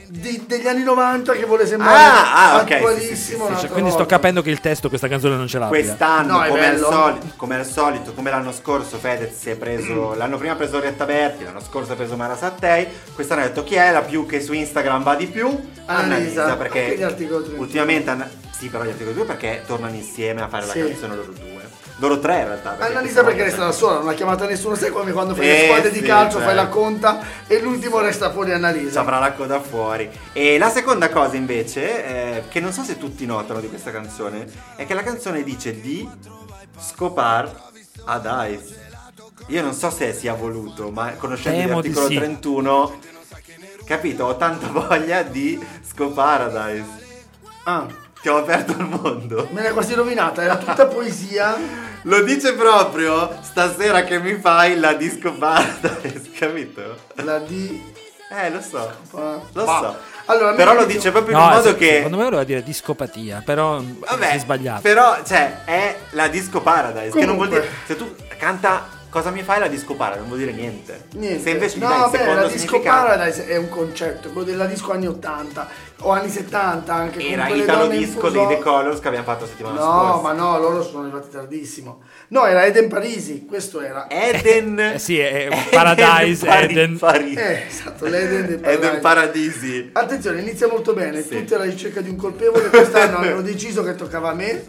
di- degli anni 90 che vuole sembrare
Ah, ah, ok, sì, sì, sì, sì,
attualissimo.
Cioè,
un'altra
quindi sto
volta.
capendo che il testo questa canzone non ce l'abbia.
Quest'anno,
No, è
come, al
bello.
soli- come al solito, come l'anno scorso, Fedez si è preso. [clears throat] L'anno prima ha preso Orietta Berti, l'anno scorso ha preso Mara Sattei. Quest'anno ha detto chi è la più che su Instagram va di più?
Annalisa. Ah, Anche gli
perché
articoli due.
ultimamente. Anna- sì, però gli articoli 2 perché tornano insieme a fare
Sì.
la canzone loro due. Loro tre in realtà. perché
Annalisa perché resta
questa
da
volta-
sola, non ha chiamata nessuno, sai come quando fai
Eh,
le squadre
sì,
di calcio,
certo.
fai la conta e l'ultimo resta fuori
Ci
Annalisa.
avrà la coda fuori. E la seconda cosa invece, eh, che non so se tutti notano di questa canzone, è che la canzone dice di scopar ad eyes. Io non so se sia voluto, ma conoscendo
Temo di
l'articolo
sì.
31, capito, ho tanta voglia di scopar ad eyes.
Ah,
Ti ho aperto il mondo.
me l'hai quasi rovinata, era tutta poesia.
Lo dice proprio stasera che mi fai la disco paradise, [laughs] capito?
La di...
Eh, lo so.
fa-
Lo
fa.
so.
Allora,
Però
mi-
lo dice proprio
No,
in un modo
se-
che
Secondo me voleva dire discopatia, però mh, si è sbagliato.
Però, cioè, è la disco paradise. Che non vuol dire.
Comunque.
Se tu canta cosa mi fai la disco paradise, non vuol dire niente.
Niente.
Se invece mi
no,
dai il
vabbè,
secondo
la disco
significato,
paradise è un concetto, quello della disco anni 80 o anni 70 anche. con
era
quelle
Italo
donne in
Disco
fuso-
dei The Colors che abbiamo fatto la settimana
No,
scorsa.
ma no, loro sono arrivati tardissimo. No, era Eden Parisi, questo era.
Eden.
[laughs] Eh sì, è Paradise,
Pari-
Eden.
Pari-
Eh, esatto,
[laughs]
l'Eden del
Eden
Paradise. Eh,
Paradisi.
Attenzione, inizia molto bene,
Sì.
tutti alla ricerca di un colpevole,
[laughs]
quest'anno hanno deciso che toccava a me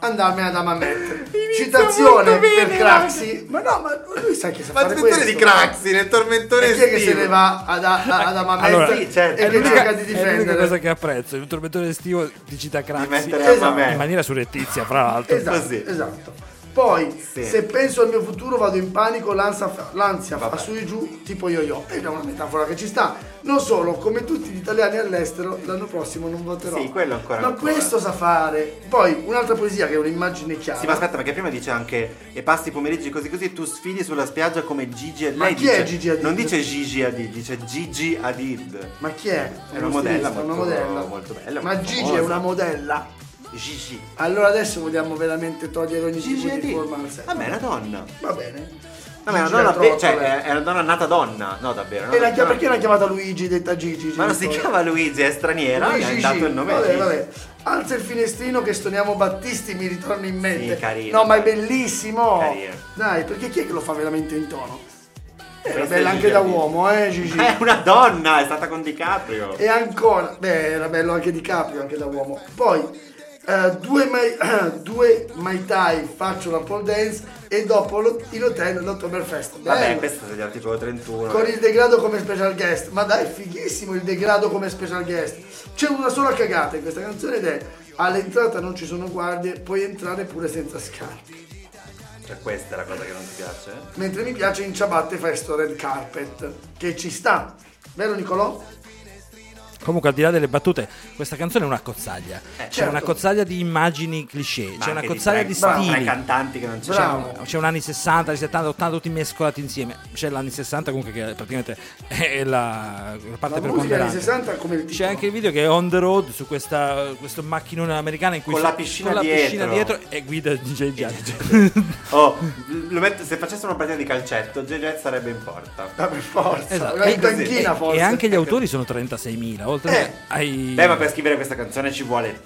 andarmene ad Amamet. Citazione
molto bene,
per Craxi, ma no, ma lui sa che sa
Ma
fare
attenzione
questo.
di Craxi nel tormentone
E chi è che se
estivo.
ne va ad, a- ad Amamet
Allora,
sì, certo.
e
è
che
l'unica-
cerca di
È l'unica cosa
difendere?
che apprezzo, il tormentone estivo di Cita
Di
Craxi
mettere
Esatto.
a
in
me.
maniera surrettizia, fra l'altro.
Esatto,
Così.
esatto. Poi,
Sì.
se penso al mio futuro vado in panico, l'ansia, fa- l'ansia fa
Vabbè.
su e giù, tipo yo-yo. Ed è una metafora che ci sta. Non solo, come tutti gli italiani all'estero, l'anno prossimo non voterò.
Sì, quello ancora,
Ma
ancora.
questo sa fare. Poi, un'altra poesia che è un'immagine chiara.
Sì, ma aspetta, perché prima dice anche e passi i pomeriggi così così tu sfidi sulla spiaggia come Gigi Hadid.
Ma
Lei
chi è
dice-
Gigi Hadid?
Non dice Gigi Hadid, dice Gigi Hadid.
Ma chi è?
È una
stilista,
modella molto-
una modella.
molto bella,
Ma
molto
Gigi è
famosa.
una modella.
Gigi.
Allora adesso vogliamo veramente togliere ogni
Gigi
tipo
è
di
di-
forma al
Vabbè, è una donna.
Va bene.
Vabbè, è
Gigi la
una donna,
trottola.
ve- cioè, è- è una donna nata donna. No, davvero.
E
no,
la chia-
no.
perché l'ha chiamata Luigi, detta Gigi?
Ma non si
Gigi?
chiama Luigi, è straniera.
Luigi
gli ha
Gigi.
dato il nome a
vabbè,
Gigi.
vabbè. Alza il finestrino che stoniamo Battisti, mi ritorna in mente.
Sì, carino.
no, ma è bellissimo.
Carino.
Dai, perché chi è che lo fa veramente in tono? Eh, Era
Questa è
bella
Gigi
anche da
Hadid.
uomo, eh, Gigi.
[laughs] È una donna, è stata con DiCaprio.
E ancora, beh, era bello anche di Caprio, anche da uomo. Poi, eh, due, mai, [coughs] due Mai Tai faccio una pole dance e dopo lo- in hotel l'Ottoberfest.
Vabbè,
Bello.
questo è l'articolo 31.
Con il degrado come special guest. Ma dai, fighissimo il degrado come special guest. C'è una sola cagata in questa canzone ed è all'entrata non ci sono guardie, puoi entrare pure senza scarpe.
Cioè, questa è la cosa che non ti piace.
Mentre mi piace in ciabatte fai sto red carpet, che ci sta. Vero Nicolò?
Comunque, al di là delle battute, questa canzone è una cozzaglia. c'è
certo.
una cozzaglia di immagini cliché,
Eh, Ma
c'è una
anche
cozzaglia
tre-
di,
bravo,
stili.
Tre cantanti che non c'è.
Bravo.
C'è un anni 60, anni 70, 80, tutti mescolati insieme. C'è l'anni 60 comunque che è praticamente [laughs] è la, la parte
La musica anni
preponderante.
60 come il
C'è
titolo.
anche il video che è on the road su questa, questo macchinone americano in cui
Con
fa-
la piscina
con la
dietro.
piscina dietro e guida DJ Jazz. [laughs]
Oh, lo metto- se facessero una partita di calcetto, Gigi sarebbe in porta.
Ah, per forza,
Esatto.
la
E-
panchina
e-
forse. Ecco,
E anche gli autori sono 36.000, oltre
Eh.
ai...
Beh, ma per scrivere questa canzone ci vuole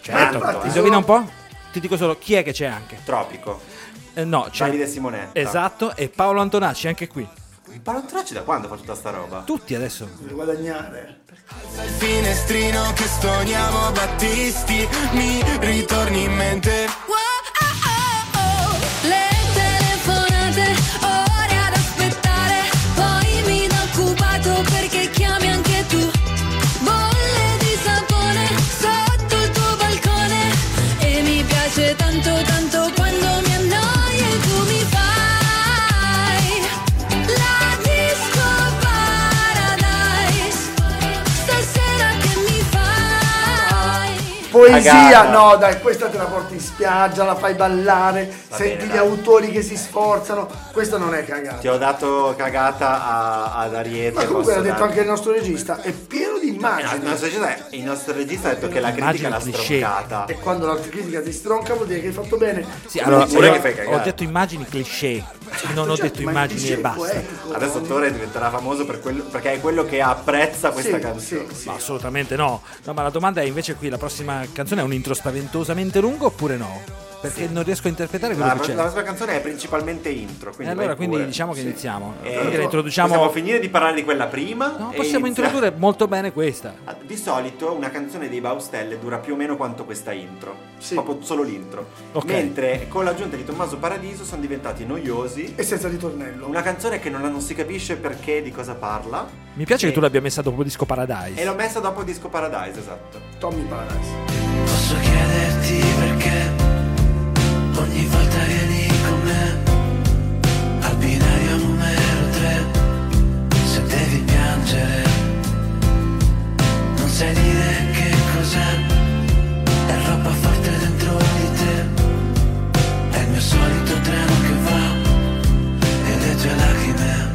Certo,
tanto, eh.
indovina un po'? Ti dico solo chi è che c'è anche.
Tropico.
Eh, no, c'è
Davide Simonetta.
Esatto, e Paolo Antonacci anche qui.
Paolo Antonacci da quando fa tutta sta roba?
Tutti adesso.
Per guadagnare.
Al finestrino che stoniamo Battisti Mi ritorni in mente
Wow, oh, oh, oh. Le telefonate, ore ad aspettare, poi mi da occupato perché chiami anche tu. Bolle di sapone sotto il tuo balcone e mi piace tanto tanto quando mi annoio e tu mi fai la disco paradise. Stasera che mi fai?
Poesia,
Cagata.
no, dai, questa te la porti in spiaggia, la fai ballare,
Va
senti
bene,
gli
dai.
autori che si sforzano. Questa non è
Ti
cagata.
ho dato cagata a- ad Ariete.
Ma comunque l'ha
posso
detto
darti-
anche il nostro regista, è pieno di
Eh, no, il,
immagini.
nostro regista, il nostro regista ha detto che la critica
Immagini
l'ha
cliché.
stroncata.
E quando la critica ti stronca vuol dire che hai fatto bene.
Sì, allora,
pure
io
che fai
ho
cagare. Certo,
detto immagini cliché, non ho
Cioè,
detto
ma
immagini
dice
e basta.
poetico,
Adesso
no?
Torre diventerà famoso per quello- perché è quello che apprezza questa
Sì,
canzone.
sì, sì.
Ma assolutamente no. No, ma la domanda è invece qui, la prossima canzone è un intro spaventosamente lungo oppure no? Perché non riesco a interpretare quello
La,
che
la
c'è.
nostra canzone è principalmente intro.
e
Quindi
allora,
vai
quindi
pure.
diciamo che iniziamo.
Eh,
Quindi la
Possiamo
introduciamo...
finire di parlare di quella prima.
No,
e
possiamo
inizia-
introdurre molto bene questa.
Ah, Di solito una canzone dei Baustelle dura più o meno quanto questa intro.
Sì.
Proprio solo l'intro.
Ok.
Mentre con l'aggiunta di Tommaso Paradiso sono diventati noiosi.
E senza ritornello.
Una canzone che non, non si capisce perché di cosa parla.
Mi piace
E-
che tu l'abbia messa dopo Disco
E
Paradise.
l'ho messa dopo Disco Paradise, esatto.
Tommy Paradise.
Posso chiederti perché ogni volta vieni con me al binario numero 3 se devi piangere non sai dire che cos'è è roba forte dentro di te è il mio solito treno che va e le tue lacrime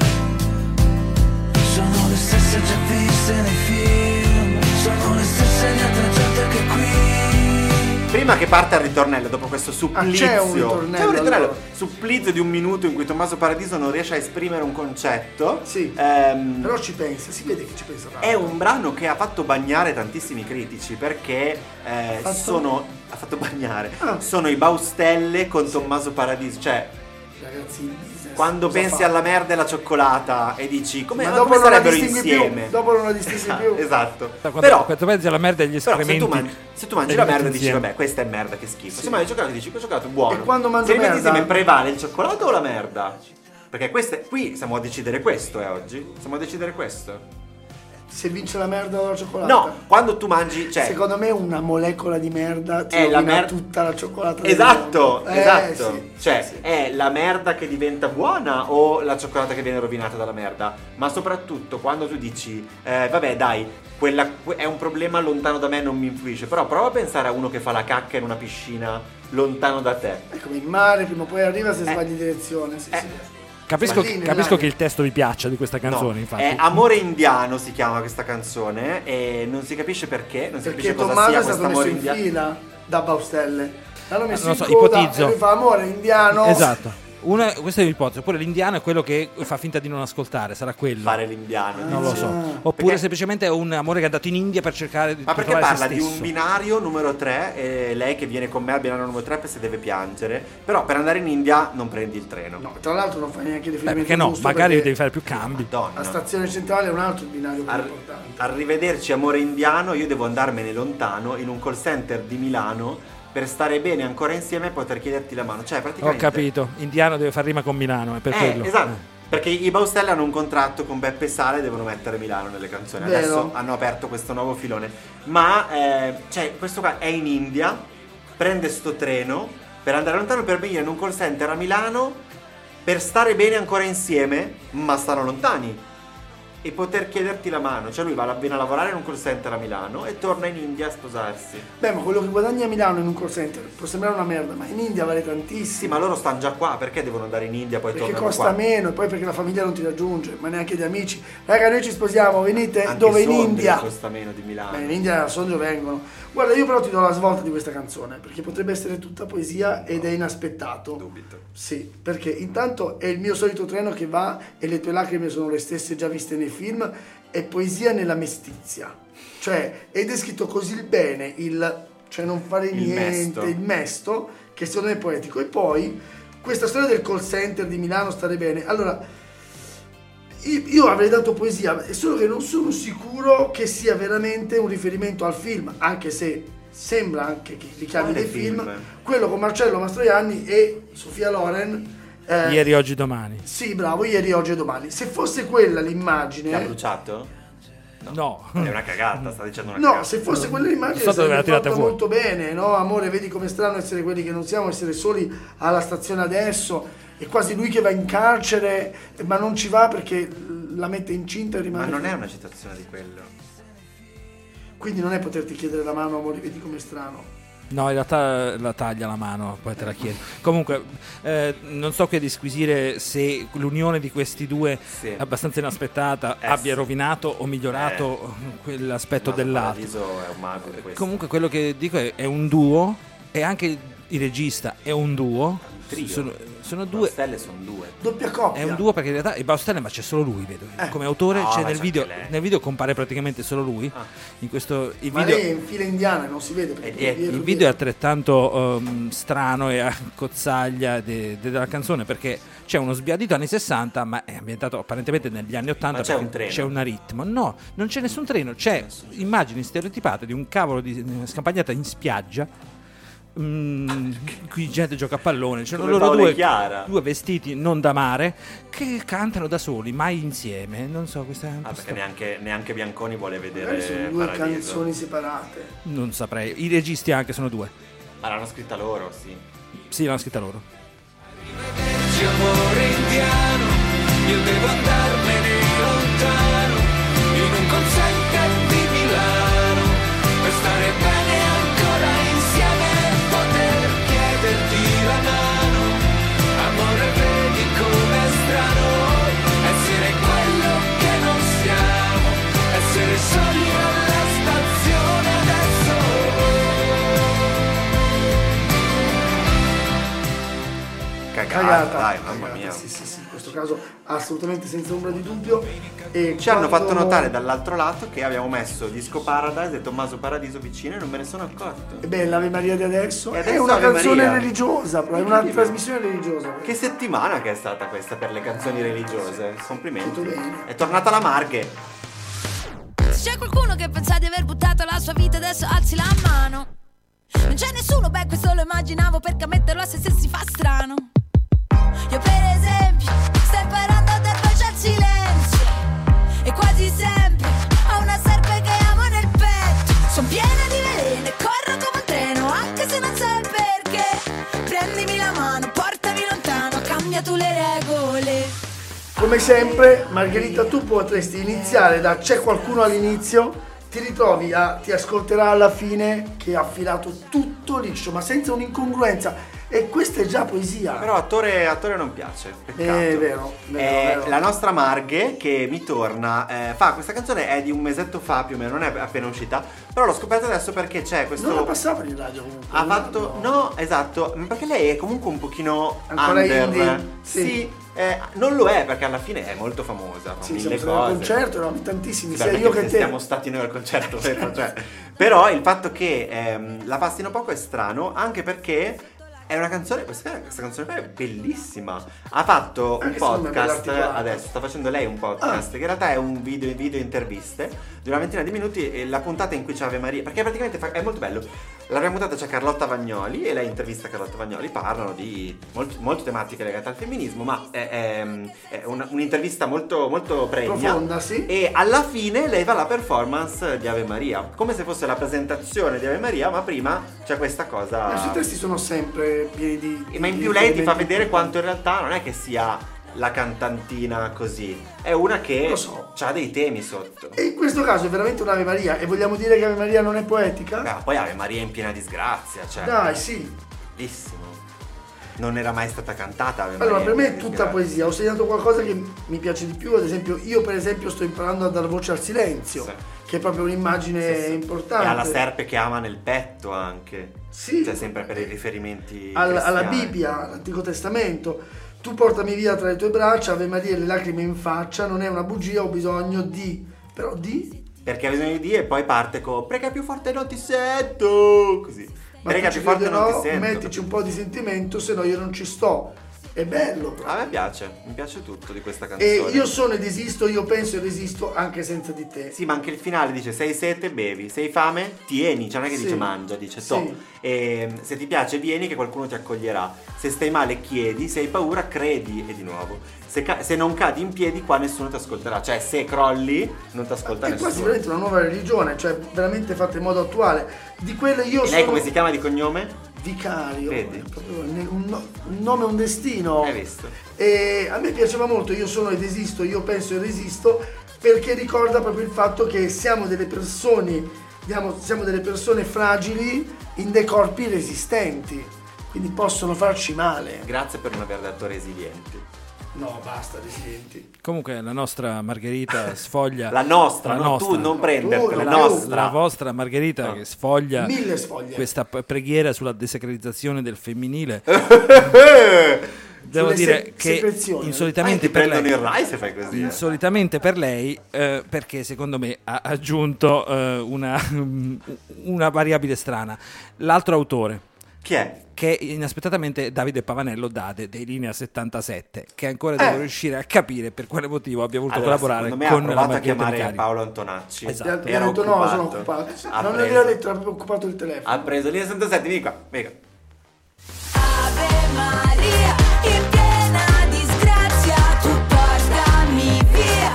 sono le stesse già viste nei film sono le stesse altre gente che qui
Prima che parta il ritornello, dopo questo
Ah,
supplizio.
c'è un ritornello,
C'è un ritornello.
allora.
Supplizio di un minuto in cui Tommaso Paradiso non riesce a esprimere un concetto.
Sì.
Ehm,
Però ci pensa, si vede che ci pensa tanto.
È un brano che ha fatto bagnare tantissimi critici perché eh,
Fatto?
sono. Ha fatto bagnare.
Ah.
Sono i Baustelle con Tommaso Paradiso. Cioè,
Ragazzi, il business,
quando
cosa
pensi
fa?
alla merda e alla cioccolata e dici come,
Ma
ma
dopo
come
non la
sarebbero
distingui più,
insieme?
dopo non la distingui
[laughs] Esatto,
più.
Esatto.
Quando,
Però,
quando pensi alla merda e agli
però se,
escrementi.
tu mangi, se tu mangi
e
la
li metti
merda dici
insieme.
vabbè questa è merda che schifo. Se mangi il cioccolato dici questo cioccolato è buono.
E quando mangio
Se li metti
merda?
insieme prevale il cioccolato o la merda? Perché queste, qui siamo a decidere questo eh, oggi. Siamo a decidere questo.
Se vince la merda o la cioccolata.
No, quando tu mangi, cioè,
Secondo me una molecola di merda ti
È la
rovina
mer-
tutta la cioccolata. del
Esatto,
mondo. Eh,
esatto.
sì,
cioè,
sì.
è la merda che diventa buona o la cioccolata che viene rovinata dalla merda? Ma soprattutto quando tu dici, eh, vabbè, dai, quella- que- è un problema lontano da me, non mi influisce. Però prova a pensare a uno che fa la cacca in una piscina lontano da te.
È come il mare, prima o poi arriva se sbagli direzione. Sì,
Eh.
sì.
Capisco,
Sbagli nell'aria.
capisco che il testo vi piaccia di questa
No, Eh, ah,
canzone, infatti.
è Amore indiano si chiama questa canzone e non si capisce perché, non si
Perché
capisce cosa
Tommaso
sia
è stato
questo
messo
amore
in
indiano.
fila. da Baustelle. L'hanno messo
non
in
lo so,
coda
ipotizzo.
e lui fa amore indiano.
Esatto. Una, questa è l'ipotesi. Oppure l'indiano è quello che fa finta di non ascoltare, sarà quello.
Fare l'indiano.
Non lo so. Oppure
Perché-
semplicemente è un amore che è andato in India per cercare di
Ma perché
trovare se
parla di un
stesso.
binario numero 3 e lei che viene con me al binario numero 3 se deve piangere. Però per andare in India non prendi il treno.
No, tra l'altro non fa neanche
Beh,
riferimento
perché no?
giusto,
Magari
perché
devi fare più cambi.
Madonna.
La stazione centrale è un altro binario più
Ar-
importante.
arrivederci amore indiano, io devo andarmene lontano in un call center di Milano per stare bene ancora insieme e poter chiederti la mano. Cioè,
Ho
praticamente
capito. Indiano deve far rima con Milano, è per
Eh,
quello.
esatto. Perché i Baustelle hanno un contratto con Beppe Sala e devono mettere Milano nelle canzoni.
Vero.
Adesso hanno aperto questo nuovo filone. Ma eh, cioè, questo qua è in India, prende sto treno per andare lontano per venire in un call center a Milano per stare bene ancora insieme, ma stanno lontani. E poter chiederti la mano. Cioè lui va viene a lavorare in un call center a Milano e torna in India a sposarsi.
Beh, ma quello che guadagna a Milano in un call center può sembrare una merda, ma in India vale
Sì,
tantissimo.
ma loro stanno già qua, perché devono andare in India e poi
perché
tornano
costa
qua?
meno e poi perché la famiglia non ti raggiunge, ma neanche gli amici. Raga, noi ci sposiamo, venite
Anche
dove in
Sondrio
India.
costa meno di Milano.
Beh, in India da Sondrio vengono. Guarda, io però ti do la svolta di questa canzone, perché potrebbe essere tutta poesia ed è inaspettato.
Dubito.
Sì, perché intanto è il mio solito treno che va e le tue lacrime sono le stesse già viste nei film, è poesia nella mestizia. Cioè, è descritto così bene il cioè non fare
Il
niente,
mesto.
il mesto, che secondo me è poetico. E poi questa storia del call center di Milano stare bene. Allora, io io avrei dato poesia, è solo che non sono sicuro che sia veramente un riferimento al film, anche se sembra anche che richiami
Quale
dei film.
film?
Quello con Marcello Mastroianni e Sofia Loren. eh,
Ieri, oggi, domani.
Sì, bravo, ieri, oggi e domani. Se fosse quella
Ti ha
l'immagine...
bruciato?
No.
È una cagata, sta dicendo una cagata.
No, se fosse quella l'immagine
Non so dove
sarebbe
l'ha tirata
fatta
fuori.
molto bene, no? Amore, vedi com'è strano essere quelli che non siamo, essere soli alla stazione adesso. È quasi lui che va in carcere, eh, ma non ci va perché la mette incinta e
Ma
rimane...
non è una citazione di quello.
Quindi non è poterti chiedere la mano, amore, vedi com'è strano.
No, in realtà la taglia la mano, poi te la chiedo. Comunque, eh, non sto qui a disquisire se l'unione di questi due,
Sì.
abbastanza inaspettata,
Eh,
abbia
sì. Eh.
rovinato o migliorato quell'aspetto
Il naso
dell'altro.
paradiso è un mago di questo.
Comunque quello che dico è, è un duo e anche il- il regista è un duo.
trio.
Sono, sono
Le
due.
stelle sono due.
Doppia coppia.
È un duo perché in realtà e Baustelle ma c'è solo lui, vedo. Come autore
Eh. No,
c'è
ma
nel
c'è
video,
anche lei. Ah.
nel video compare praticamente solo lui. In questo il
Ma
video Eh,
lei è in fila indiana, non si vede perché
È dietro.
dietro,
il video è
dietro.
altrettanto ehm, strano e a cozzaglia de- de- della canzone perché c'è uno sbiadito anni 60 ma è ambientato apparentemente negli anni 80
Ma c'è
perché
un treno.
c'è una ritmo no non c'è nessun treno c'è immagini stereotipate di un cavolo di eh, scampagnata in spiaggia mm, qui gente gioca a pallone c'erano
Come
loro
Paolo e
due,
Chiara.
due vestiti non da mare che cantano da soli mai insieme non so questa
Ah, perché
questa-
neanche, neanche Bianconi vuole
Magari sono
vedere
due
Paradiso.
canzoni separate.
non saprei i registi anche sono due
Ma Ah, l'hanno scritta loro, sì.
sì l'hanno scritta loro
Ci amore indiano, io devo andarmene lontano, in un call center di Milano, per stare bene ancora insieme, poter chiederti la mano, amore vedi com'è strano, essere quello che non siamo, essere soli alla stazione adesso.
Cagata,
Cagata.
Ah, dai, mamma
Cagata,
mia.
Sì, sì, sì, in questo caso assolutamente senza ombra di dubbio. E
Ci hanno
quando-
fatto notare dall'altro lato che abbiamo messo Disco Paradise e Tommaso Paradiso vicino e non me ne sono accorto.
Eh beh, l'Ave Maria di adesso,
E adesso
è una
Ave
canzone
Maria.
religiosa, però è una trasmissione religiosa.
Che settimana che è stata questa per le canzoni religiose?
Tutto
Complimenti.
bene.
È tornata la Marghe.
Se c'è qualcuno che pensa di aver buttato la sua vita, adesso alzi la mano. Non c'è nessuno, beh, questo lo immaginavo perché a metterlo a se stessi fa strano. Io, per esempio, stai parlando del voce al silenzio. E quasi sempre ho una serpe che amo nel petto. Sono piena di veleno e corro come un treno, anche se non so il perché. Prendimi la mano, portami lontano, cambia tu le regole.
Come sempre, Margherita, tu potresti iniziare da c'è qualcuno all'inizio, ti ritrovi a ti ascolterà alla fine che ha affilato tutto liscio, ma senza un'incongruenza. E questa è già poesia.
Però attore, attore non piace, peccato.
Eh, è vero, vero,
Eh,
vero.
La nostra Marghe, che mi torna, eh, fa questa canzone, è di un mesetto fa più o meno, non è appena uscita, però l'ho scoperta adesso perché c'è questo...
non la passava in radio comunque.
ha
no?
fatto... No. esatto, ma perché lei è comunque un pochino
Ancora
under.
indie?
Sì.
Sì.
eh, non lo è perché alla fine è molto famosa, fa
Sì, siamo
mille
stati al
cose.
concerto, eravamo tantissimi,
Sì,
sia
beh,
io
perché
che te.
siamo stati noi al concerto, vero? Cioè, però il fatto che ehm, la passino poco è strano, anche perché è una canzone, questa, questa canzone qua è bellissima. Ha fatto un
Anche secondo me è Ah. bella
podcast
articolata.
adesso, sta facendo lei un podcast, che in realtà è un video, video interviste di una ventina di minuti e la puntata in cui c'è Ave Maria, perché praticamente fa- è molto bello. La prima puntata c'è Carlotta Vagnoli e lei intervista Carlotta Vagnoli, parlano di molt- molte tematiche legate al femminismo, ma è, è- è una- un'intervista molto, molto pregna.
Profonda, sì.
E alla fine lei fa la performance di Ave Maria, come se fosse la presentazione di Ave Maria, ma prima c'è questa cosa.
I suoi testi sono sempre pieni di...
Ah. E ma in
di
più lei ti fa
interventi.
vedere quanto in realtà non è che sia la cantantina così, è una che
Lo so. Eh.
ha dei temi sotto.
E in questo caso è veramente un'Ave Maria. E vogliamo dire che Ave Maria non è poetica?
Beh, ma poi Ave Maria è in piena disgrazia, cioè.
Dai, sì.
Bellissimo. Non era mai stata cantata Ave Maria.
Allora, per me
in
è
piena
tutta
disgrazia.
poesia. Ho segnato qualcosa che mi piace di più. Ad esempio, io per esempio sto imparando a dar voce al silenzio,
Sì.
che è proprio un'immagine
Sì, sì.
importante.
E alla serpe che ama nel petto anche.
Sì.
Cioè, sempre per i riferimenti.
Al- alla
cristiani.
Bibbia, all'Antico Testamento. Tu portami via tra le tue braccia, Ave Maria e le lacrime in faccia, non è una bugia, ho bisogno di... Però di...
Perché ha bisogno di e poi parte con prega più forte non ti sento. Così.
Ma
prega
tu ci
più forte
crederò,
non ti sento.
mettici un po' di sentimento, se no io non ci sto. È bello proprio.
A me piace, mi piace tutto di questa
E
canzone.
io sono ed esisto, io penso ed esisto anche senza di te.
Sì, ma anche il finale dice sei sete, bevi, sei fame, tieni, cioè non è che
Sì.
dice mangia, dice
Sì.
so. E se ti piace vieni che qualcuno ti accoglierà. Se stai male chiedi, se hai paura credi e di nuovo. Se, ca- se non cadi in piedi qua nessuno ti ascolterà, cioè se crolli non ti ascolta
E qua
nessuno.
sicuramente una nuova religione, cioè veramente fatta in modo attuale. Di quelle io
E
sono
lei come si chiama di cognome?
vicario,
Vedi?
è proprio ne- un, no- un nome, un destino.
Hai visto?
E a me piaceva molto, io sono ed esisto, io penso ed esisto, perché ricorda proprio il fatto che siamo delle persone, diamo- siamo delle persone fragili in dei corpi resistenti, quindi possono farci male.
Grazie per non aver detto resilienti.
No, basta, resistenti.
Comunque la nostra Margherita
[laughs]
sfoglia...
La nostra,
La
non
nostra.
tu, non
No,
prenderti,
tu,
la
la
nostra.
La vostra Margherita che sfoglia
Mille sfoglie.
questa p- preghiera sulla desacralizzazione del femminile.
Eh,
Devo
Sulle
dire
se-
che
secrezioni.
insolitamente
eh. Ah, Ti
per
Ah, prendono il
lei...
Rai se fai così. eh.
Insolitamente per lei, eh, perché secondo me ha aggiunto eh, una, [laughs] una variabile strana. L'altro autore,
Chi è?
che inaspettatamente Davide Pavanello dade dei linea 77, che ancora devo riuscire a capire per quale motivo abbia voluto
Eh. Allora,
collaborare
secondo me
con
ha
la
provato a
Margherita
chiamare
Vicari.
Paolo Antonacci.
Esatto.
Gli altri
Era
hanno detto no, sono
occupato.
occupato.
Ha
non
preso-
aveva detto, aveva occupato il telefono.
Ha preso lì 67, vieni qua, vieni qua.
Ave Maria, in piena disgrazia, tu portami via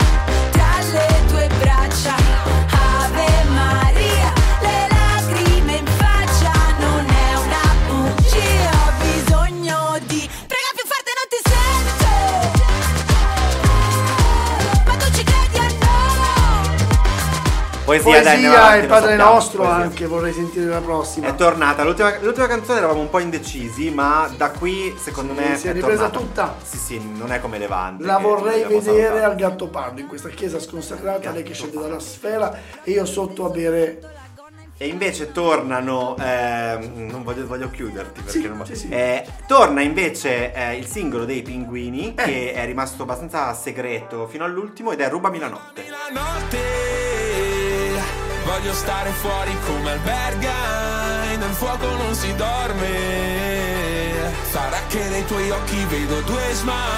tra le tue braccia. Ave Maria, le lacrime in faccia, non è una bugia, ho bisogno di... Prega più forte, non ti sento! Ma tu ci credi o no?
Poesia, dai, andiamo
Poesia
avanti,
e
lo
Padre
sappiamo,
Nostro
poesia.
anche, vorrei sentire la prossima.
È tornata, l'ultima, l'ultima canzone eravamo un po' indecisi, ma da qui secondo
Sì,
me
si è
è
ripresa
tornata.
tutta.
Sì, sì, non è come Levante.
La
che
vorrei
l'abbiamo
vedere
salutata.
al Gattopardo, in questa chiesa sconsacrata, lei che scende
Gattopardo.
dalla sfera e io sotto a bere.
E invece tornano. ehm, non voglio, voglio chiuderti perché
Sì,
non
sì, sì.
Eh, torna invece eh, il singolo dei Pinguini,
Eh.
che è rimasto abbastanza segreto fino all'ultimo, ed è Rubami la notte.
La notte voglio stare fuori come alberga e nel fuoco non si dorme. Sarà che nei tuoi occhi vedo due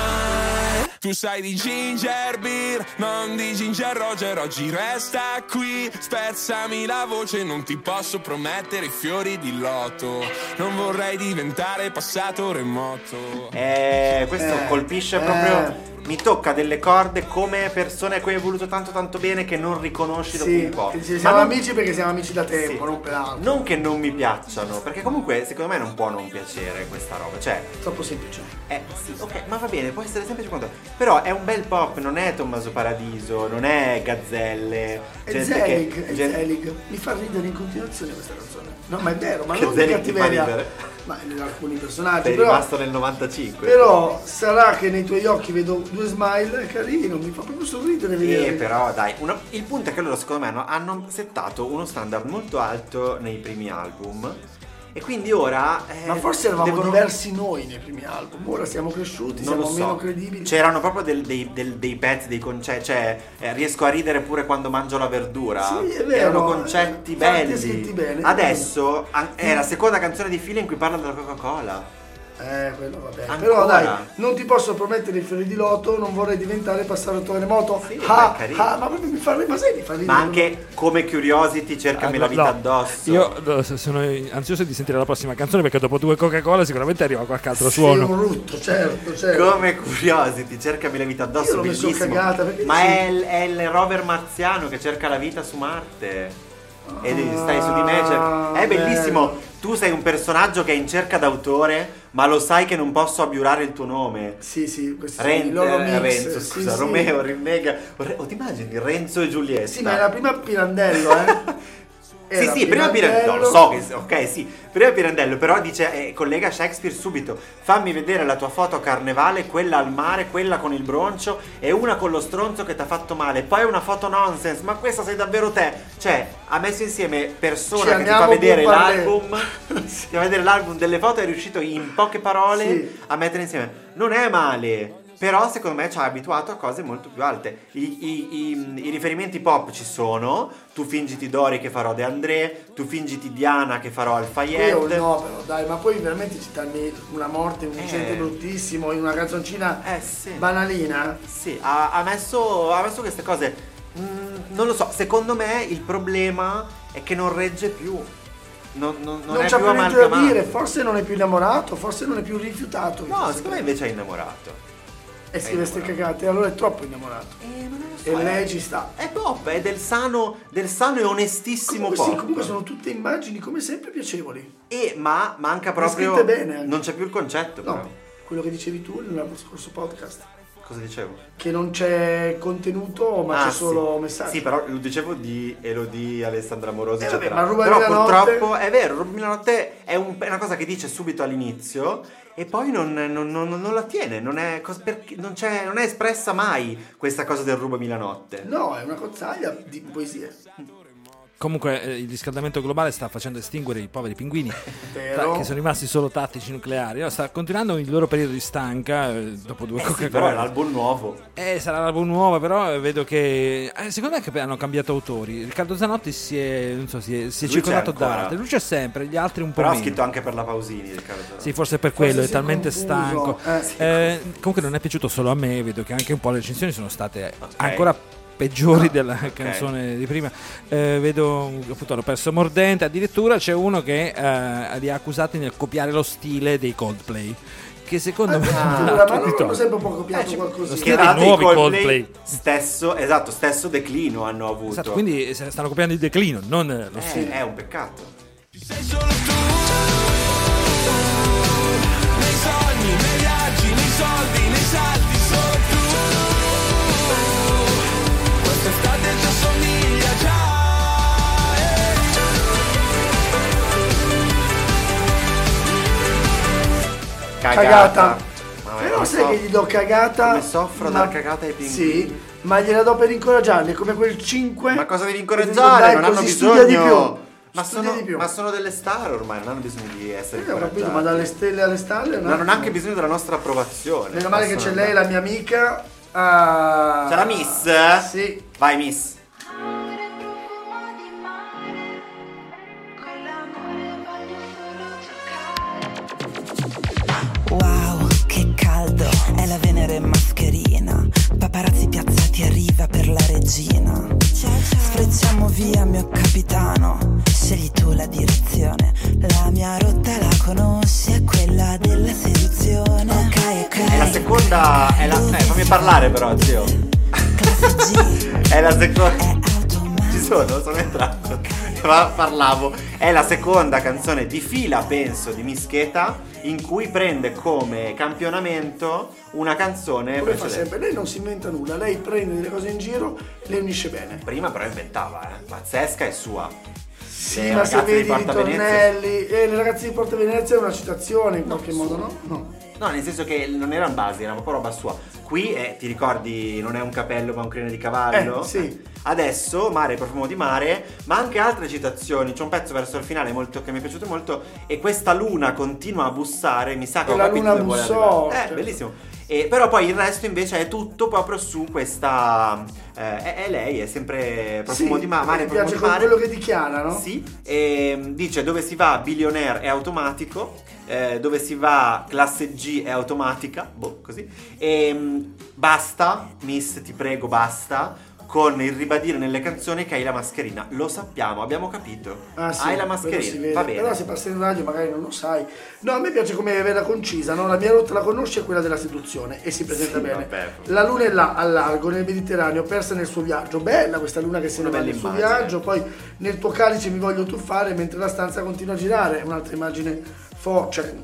smile. Tu sai di ginger beer, non di ginger roger, oggi resta qui. Spezzami la voce, non ti posso promettere fiori di loto. Non vorrei diventare passato remoto.
Eh, questo
Eh,
colpisce
eh.
proprio. Mi tocca delle corde come persone a cui hai voluto tanto tanto bene che non riconosci dopo
Sì,
un po'.
dice,
Ma
siamo
non-
amici perché siamo amici da tempo,
Sì.
non per altro.
Non che non mi piacciono, perché comunque secondo me non può non piacere questa roba. Cioè,
Troppo semplice.
eh, sì, ok, ma va bene, può essere semplice quanto. Però è un bel pop, non è Tommaso Paradiso, non è Gazzelle.
E
gente
Zelig,
che-
e
gente-
Zelig. Mi fa ridere in continuazione questa canzone. No, ma è vero, ma
Che
non di
Zelig ti fa
cattiveria.
ridere?
ma in alcuni personaggi,
Sei
però,
rimasto nel 95.
però sarà che nei tuoi occhi vedo due smile, è carino, mi fa proprio sorridere vedere.
Sì, Eh, però dai, uno- il punto è che loro secondo me hanno, hanno settato uno standard molto alto nei primi album e quindi ora... eh,
Ma forse eravamo
devono-
diversi noi nei primi album, ora siamo cresciuti,
Non
siamo
lo so. Cioè,
meno credibili.
C'erano proprio del- dei, del- dei pezzi, dei concetti, cioè eh, riesco a ridere pure quando mangio la verdura.
Sì, è vero. eh,
Erano concetti
Tanti
belli.
scritti bene.
Adesso an- è la seconda canzone di fila in cui parla della Coca-Cola.
Eh, quello va bene.
Ancora?
Però dai, non ti posso promettere il fiore di loto, non vorrei diventare passato in moto.
Sì,
ah,
beh, carino.
ah, ma proprio mi fa ma sai, mi fa ridere.
Ma anche come Curiosity, cercami la vita
Ah, No,
addosso.
Io no, so- sono ansioso di sentire la prossima canzone perché dopo due Coca-Cola sicuramente arriva qualche altro
Sì,
suono.
brutto, certo, certo.
Come Curiosity, cercami la vita addosso,
Io l'ho messo
bellissimo.
cagata, perché
Ma
dici-
è, il- è il rover marziano che cerca la vita su Marte. E devi- stai su di
Ah,
me. cer- è bellissimo. Tu sei un personaggio che è in cerca d'autore, ma lo sai che non posso abiurare il tuo nome.
Sì, sì, questi sono
Ren-
i loro
eh,
mix.
Renzo,
sì,
scusa,
sì.
Romeo, Rinnega. Re- Oh, ti immagini Renzo e Giulietta?
Sì, ma era prima Pirandello, eh.
[laughs] Sì,
Era
sì, prima Pirandello, lo so che, ok, sì, prima Pirandello, però dice, eh, collega Shakespeare subito, fammi vedere la tua foto a carnevale, quella al mare, quella con il broncio e una con lo stronzo che ti ha fatto male, poi una foto nonsense, ma questa sei davvero te, cioè, ha messo insieme
Ci
persona che ti fa
amiamo
vedere
con Barletta.
[laughs] l'album, ti fa vedere l'album delle foto, è riuscito in poche parole
Sì.
a mettere insieme, non è male, però secondo me ci ha abituato a cose molto più alte. I, i- i- i riferimenti pop ci sono. Tu fingiti Dori che farò De André, tu fingiti Diana che farò
Io
Alfayette.
no, però dai, ma poi veramente citarmi una morte, un incidente
Eh.
bruttissimo in una canzoncina
Eh sì.
banalina.
Sì, ha, ha messo, ha messo queste cose. Mm, non lo so, secondo me il problema è che non regge più. Non, non, non
Non,
è
c'ha
più
più niente da
amalgamato.
dire, forse non è più innamorato, forse non è più rifiutato.
No, secondo me invece è innamorato.
E scrive ste
innamorato.
Eh cagate, allora è troppo innamorato. E lei ci sta.
È pop, è del sano, del sano e onestissimo
Comunque,
pop.
sì, comunque sono tutte immagini come sempre piacevoli.
E ma manca proprio.
scritte bene anche.
Non c'è più il concetto, però.
No, quello che dicevi tu nel scorso podcast.
Cosa dicevo?
Che non c'è contenuto, ma
Ah,
c'è
sì.
solo messaggi.
Sì, però lo dicevo di Elodie, Alessandra Morosi,
Eh, vabbè,
eccetera.
ma Ruba
però
la notte-
purtroppo è vero, Ruba la notte è un- è una cosa che dice subito all'inizio e poi non, non- non- non la tiene, non è, cos- perché- non c'è- non è espressa mai questa cosa del Rubami la notte.
No, è una cozzaglia di poesie.
Comunque eh, il riscaldamento globale sta facendo estinguere i poveri pinguini
Vero.
che sono rimasti solo tattici nucleari. No, sta continuando il loro periodo di stanca eh, dopo due
Eh sì, però è
Coca-Cola.
l'album nuovo.
eh, sarà l'album nuovo, però eh, vedo che eh, secondo me che hanno cambiato autori. Riccardo Zanotti si è, non so, si è, si è
Lui
circondato
c'è ancora.
d'arte. Lui c'è sempre, gli altri un po'
Però ha
meno.
scritto anche per la Pausini, Riccardo.
Sì, forse per quello,
Forse
è
si è
talmente
confuso.
stanco.
Eh, sì.
Eh, comunque non è piaciuto solo a me, vedo che anche un po' le recensioni sono state
Ok.
ancora peggiori della canzone di prima. Eh, vedo appunto l'ho perso mordente, addirittura c'è uno che eh, li ha accusati nel copiare lo stile dei Coldplay, che secondo me
Ah,
Addirittura,
ha
Ah, ma
certo,
loro
tutti
hanno
torto.
sempre un po'
Eh,
copiato qualcosa.
lo
Che
Che
dato
dei nuovi
i Coldplay,
Coldplay.
stesso, esatto, stesso declino hanno avuto.
Esatto, quindi se- stanno copiando il declino, non eh, lo
Eh,
stile.
È un peccato.
Sei solo tu Nei sogni, nei viaggi, nei soldi, nei salti Solo tu Quest'estate ti assomiglia già
Cagata.
Vabbè,
Però
ma
sai
so-
che gli do cagata.
come soffro dalla cagata ai pinguini.
Sì, ma gliela do per incoraggiarli, come quel 5.
Ma cosa devi incoraggiare? non hanno bisogno
Studia di più.
Ma
studia
sono,
di più.
ma sono delle star ormai, non hanno bisogno di essere
Eh, ho capito, ma
incoraggiate.
dalle stelle alle stalle.
Non hanno neanche bisogno della nostra approvazione.
Meno male che c'è
Possono
lei, la
andare.
mia amica. ah,
C'è la miss?
Sì.
Vai miss.
Wow, che caldo, è la Venere in mascherina. Paparazzi piazzati a riva per la regina. Sfrecciamo via, mio capitano. Scegli tu la direzione. La mia rotta la conosci, è quella della seduzione. Ok, ok.
È la seconda. È la. Eh, fammi parlare però, zio.
Classe G,
È la seconda.
è automatico.
Ci sono, sono entrato. Ma parlavo. È la seconda canzone di fila, penso, di Mischeta, in cui prende come campionamento una canzone
Come fa
precedente.
sempre? Lei non si inventa nulla, lei prende delle cose in giro, le unisce bene.
Prima però inventava, eh. Pazzesca è sua.
Sì,
Le
ma se
ragazze di
vedi i
Porta
ritornelli, eh, le ragazze di Porta Venezia è una citazione in qualche modo, no? No.
No, nel senso che non era un base, era proprio roba sua. Qui è, ti ricordi, non è un capello ma un crino di cavallo?
Eh, sì.
Adesso, mare, profumo di mare, ma anche altre citazioni. C'è un pezzo verso il finale molto- che mi è piaciuto molto. E questa luna continua a bussare, mi sa che
E
ho
la
capito
luna
dove vuole
bussò,
arrivare. Eh,
certo.
bellissimo. E, però poi il resto invece è tutto proprio su questa. eh, è, è lei, è sempre profumo
Sì,
di ma- mare,
mi
profumo
piace
di
con
mare.
quello che dichiara, no?
Sì, ehm, dice dove si va billionaire è automatico, eh, dove si va classe G è automatica, boh, così. Ehm, basta, miss, ti prego, basta con il ribadire nelle canzoni che hai la mascherina. Lo sappiamo, abbiamo capito.
Ah, sì,
hai la
quello si
mascherina,
vede.
va bene.
Però se passi in radio magari non lo sai. No, a me piace come vera concisa, no? La mia rotta la conosci è quella della seduzione e si presenta
Sì,
bene.
vabbè.
La luna è là, al largo, nel Mediterraneo, persa nel suo viaggio. Bella questa luna che se ne va
Una bella
nel suo
immagine.
viaggio. Poi nel tuo calice mi voglio tuffare mentre la stanza continua a girare. È Un'altra immagine forte. Cioè,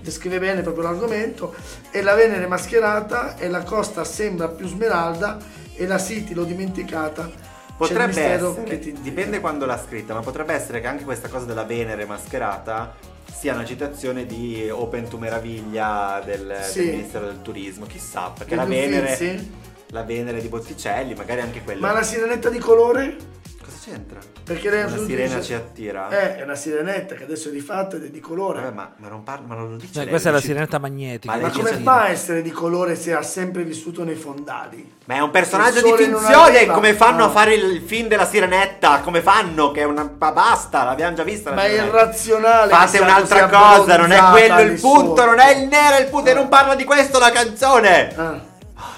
descrive bene proprio l'argomento. E la Venere mascherata e la costa sembra più smeralda e la City l'ho dimenticata. C'è il
Potrebbe
mistero
essere,
che ti-
dipende quando l'ha scritta, ma potrebbe essere che anche questa cosa della Venere mascherata sia una citazione di Open to Meraviglia del,
Sì.
del Ministero del Turismo, chissà, perché
Degli
la Venere,
Uffizi?
la Venere di Botticelli, magari anche quella.
Ma la sirenetta di colore?
Cosa c'entra?
Perché lei
La
non
sirena
dice-
ci attira.
Eh, è una sirenetta che adesso è rifatta ed è di colore.
Ah. Vabbè, ma, ma non parla, ma non lo dice.
Cioè,
lei,
questa è
lo
la
dice-
sirenetta magnetica.
Ma
Ma
dice-
come fa a essere di colore se ha sempre vissuto nei fondali?
Ma è un personaggio
Il
di
sole non
finzione,
arriva.
come fanno
Ah.
a fare il film della sirenetta? Come fanno? Che è una... ma basta, l'abbiamo già vista la
Ma è
sirenetta.
irrazionale. che
Fate
sia
un'altra
così
cosa, non è
abbronzata
quello
lì
il punto,
sotto.
non è il nero il punto, e non parla di questo la canzone.
Ah,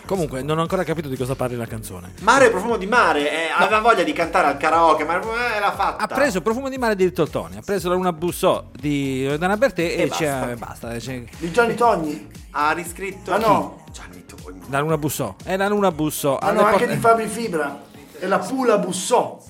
Comunque, non ho ancora capito di cosa parli la canzone.
Mare, profumo di mare, eh, aveva voglia di cantare al karaoke, ma eh, l'ha fatta.
Ha preso Profumo di mare di Toltoni, ha preso la Luna Bussò di Loredana Bertè e,
E
c'è-
basta.
eh, basta. c'è-
Di Johnny Togni.
Ha riscritto.
Ma no.
chi? Gianni [laughs] Togni.
la Luna Bussò, è la Luna Bussò.
Ah
alle
no, anche
porte-
di Fabri Fibra. E la Pula Bussò.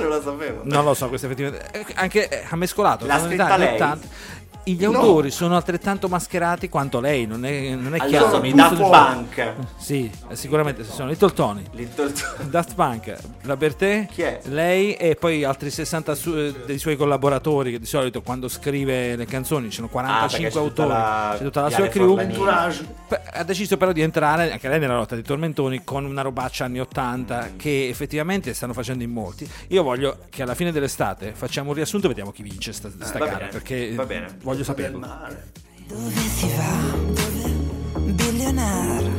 non lo sapevo.
Non lo so, questo effettivamente. eh, Anche eh, ha mescolato.
L'ha
sono
scritta
anni
lei?
80. Gli autori sono altrettanto mascherati quanto lei, non è, non è
Allora,
chiaro.
sono i
Il gusto
Daft
del-
Punk.
Sì, eh, sicuramente sono i Toltoni.
[laughs]
Little [laughs] Tony.
Daft Punk, la Bertè,
Chi è?
lei e poi altri 60 su- eh, dei suoi collaboratori che di solito quando scrive le canzoni ci sono
Ah,
45
perché c'è tutta
autori,
la-
c'è tutta la
Viale
sua crew.
Forlanini.
Entourage.
P- Ha deciso però di entrare anche lei nella lotta dei tormentoni con una robaccia anni 80 che effettivamente stanno facendo in molti. Io voglio che alla fine dell'estate facciamo un riassunto e vediamo chi vince sta, sta
Ah, va
gara
bene,
perché
va bene.
voglio saperlo.
Male.
Dove si va? Billionaire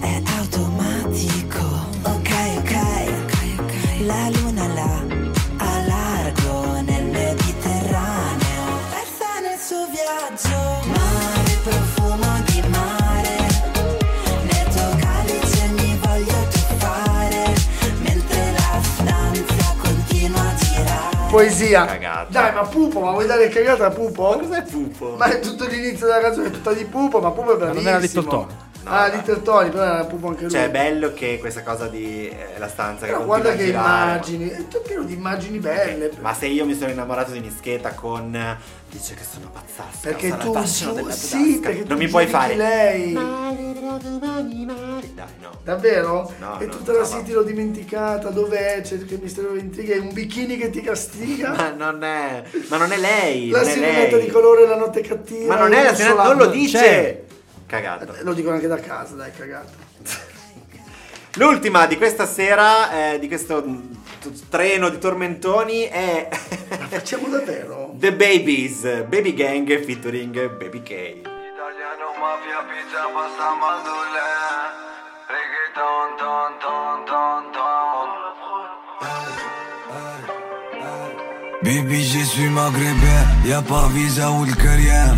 è automatico. Ok, ok. La luna là, a largo nel Mediterraneo. Persa nel suo viaggio. Mare, profumo di mare. Nel tuo calice mi voglio tuffare. Mentre la stanza continua a girare.
Poesia.
Cagata.
Dai, ma Pupo, ma vuoi dare cagata a Pupo?
Ma cos'è Pupo?
Ma è tutto l'inizio della canzone, è tutta di Pupo, ma Pupo è bravissimo.
non era Little Tony.
No,
ah,
dai.
Little Tony, però era Pupo anche lui.
Cioè, è bello che questa cosa di eh, la stanza che
Però
continua
guarda
a
che
girare, ma-
immagini, è tutto pieno di immagini belle.
Ma se io mi sono innamorato di Mischeta con eh, dice che sono pazzasca,
Perché
sarà
tu,
il fascino
tu-
della
sì,
tasca.
perché tu
non mi puoi
giudichi
fare.
lei.
Dai, no.
Davvero?
No,
e
no,
tutta
no,
la
va.
City l'ho dimenticata, dov'è? C'è che mistero intriga, è un bikini che ti castiga.
Ma non è ma non è lei,
la
non è
sirenetta
lei.
di colore la notte cattiva.
Ma non è la
il
sirenetta,
solano.
non lo dice. Cagato.
Cioè, Lo dicono anche da casa, dai, cagata.
L'ultima di questa sera, eh, di questo mm, t- treno di tormentoni è [laughs]
Ma facciamo Eh, davvero?
The Babies, Baby Gang featuring Baby K.
Italiano mafia pizza pasta mandule Reggaeton ton ton ton ton Baby je suis maghrébin, y'a pas visa ou le carrière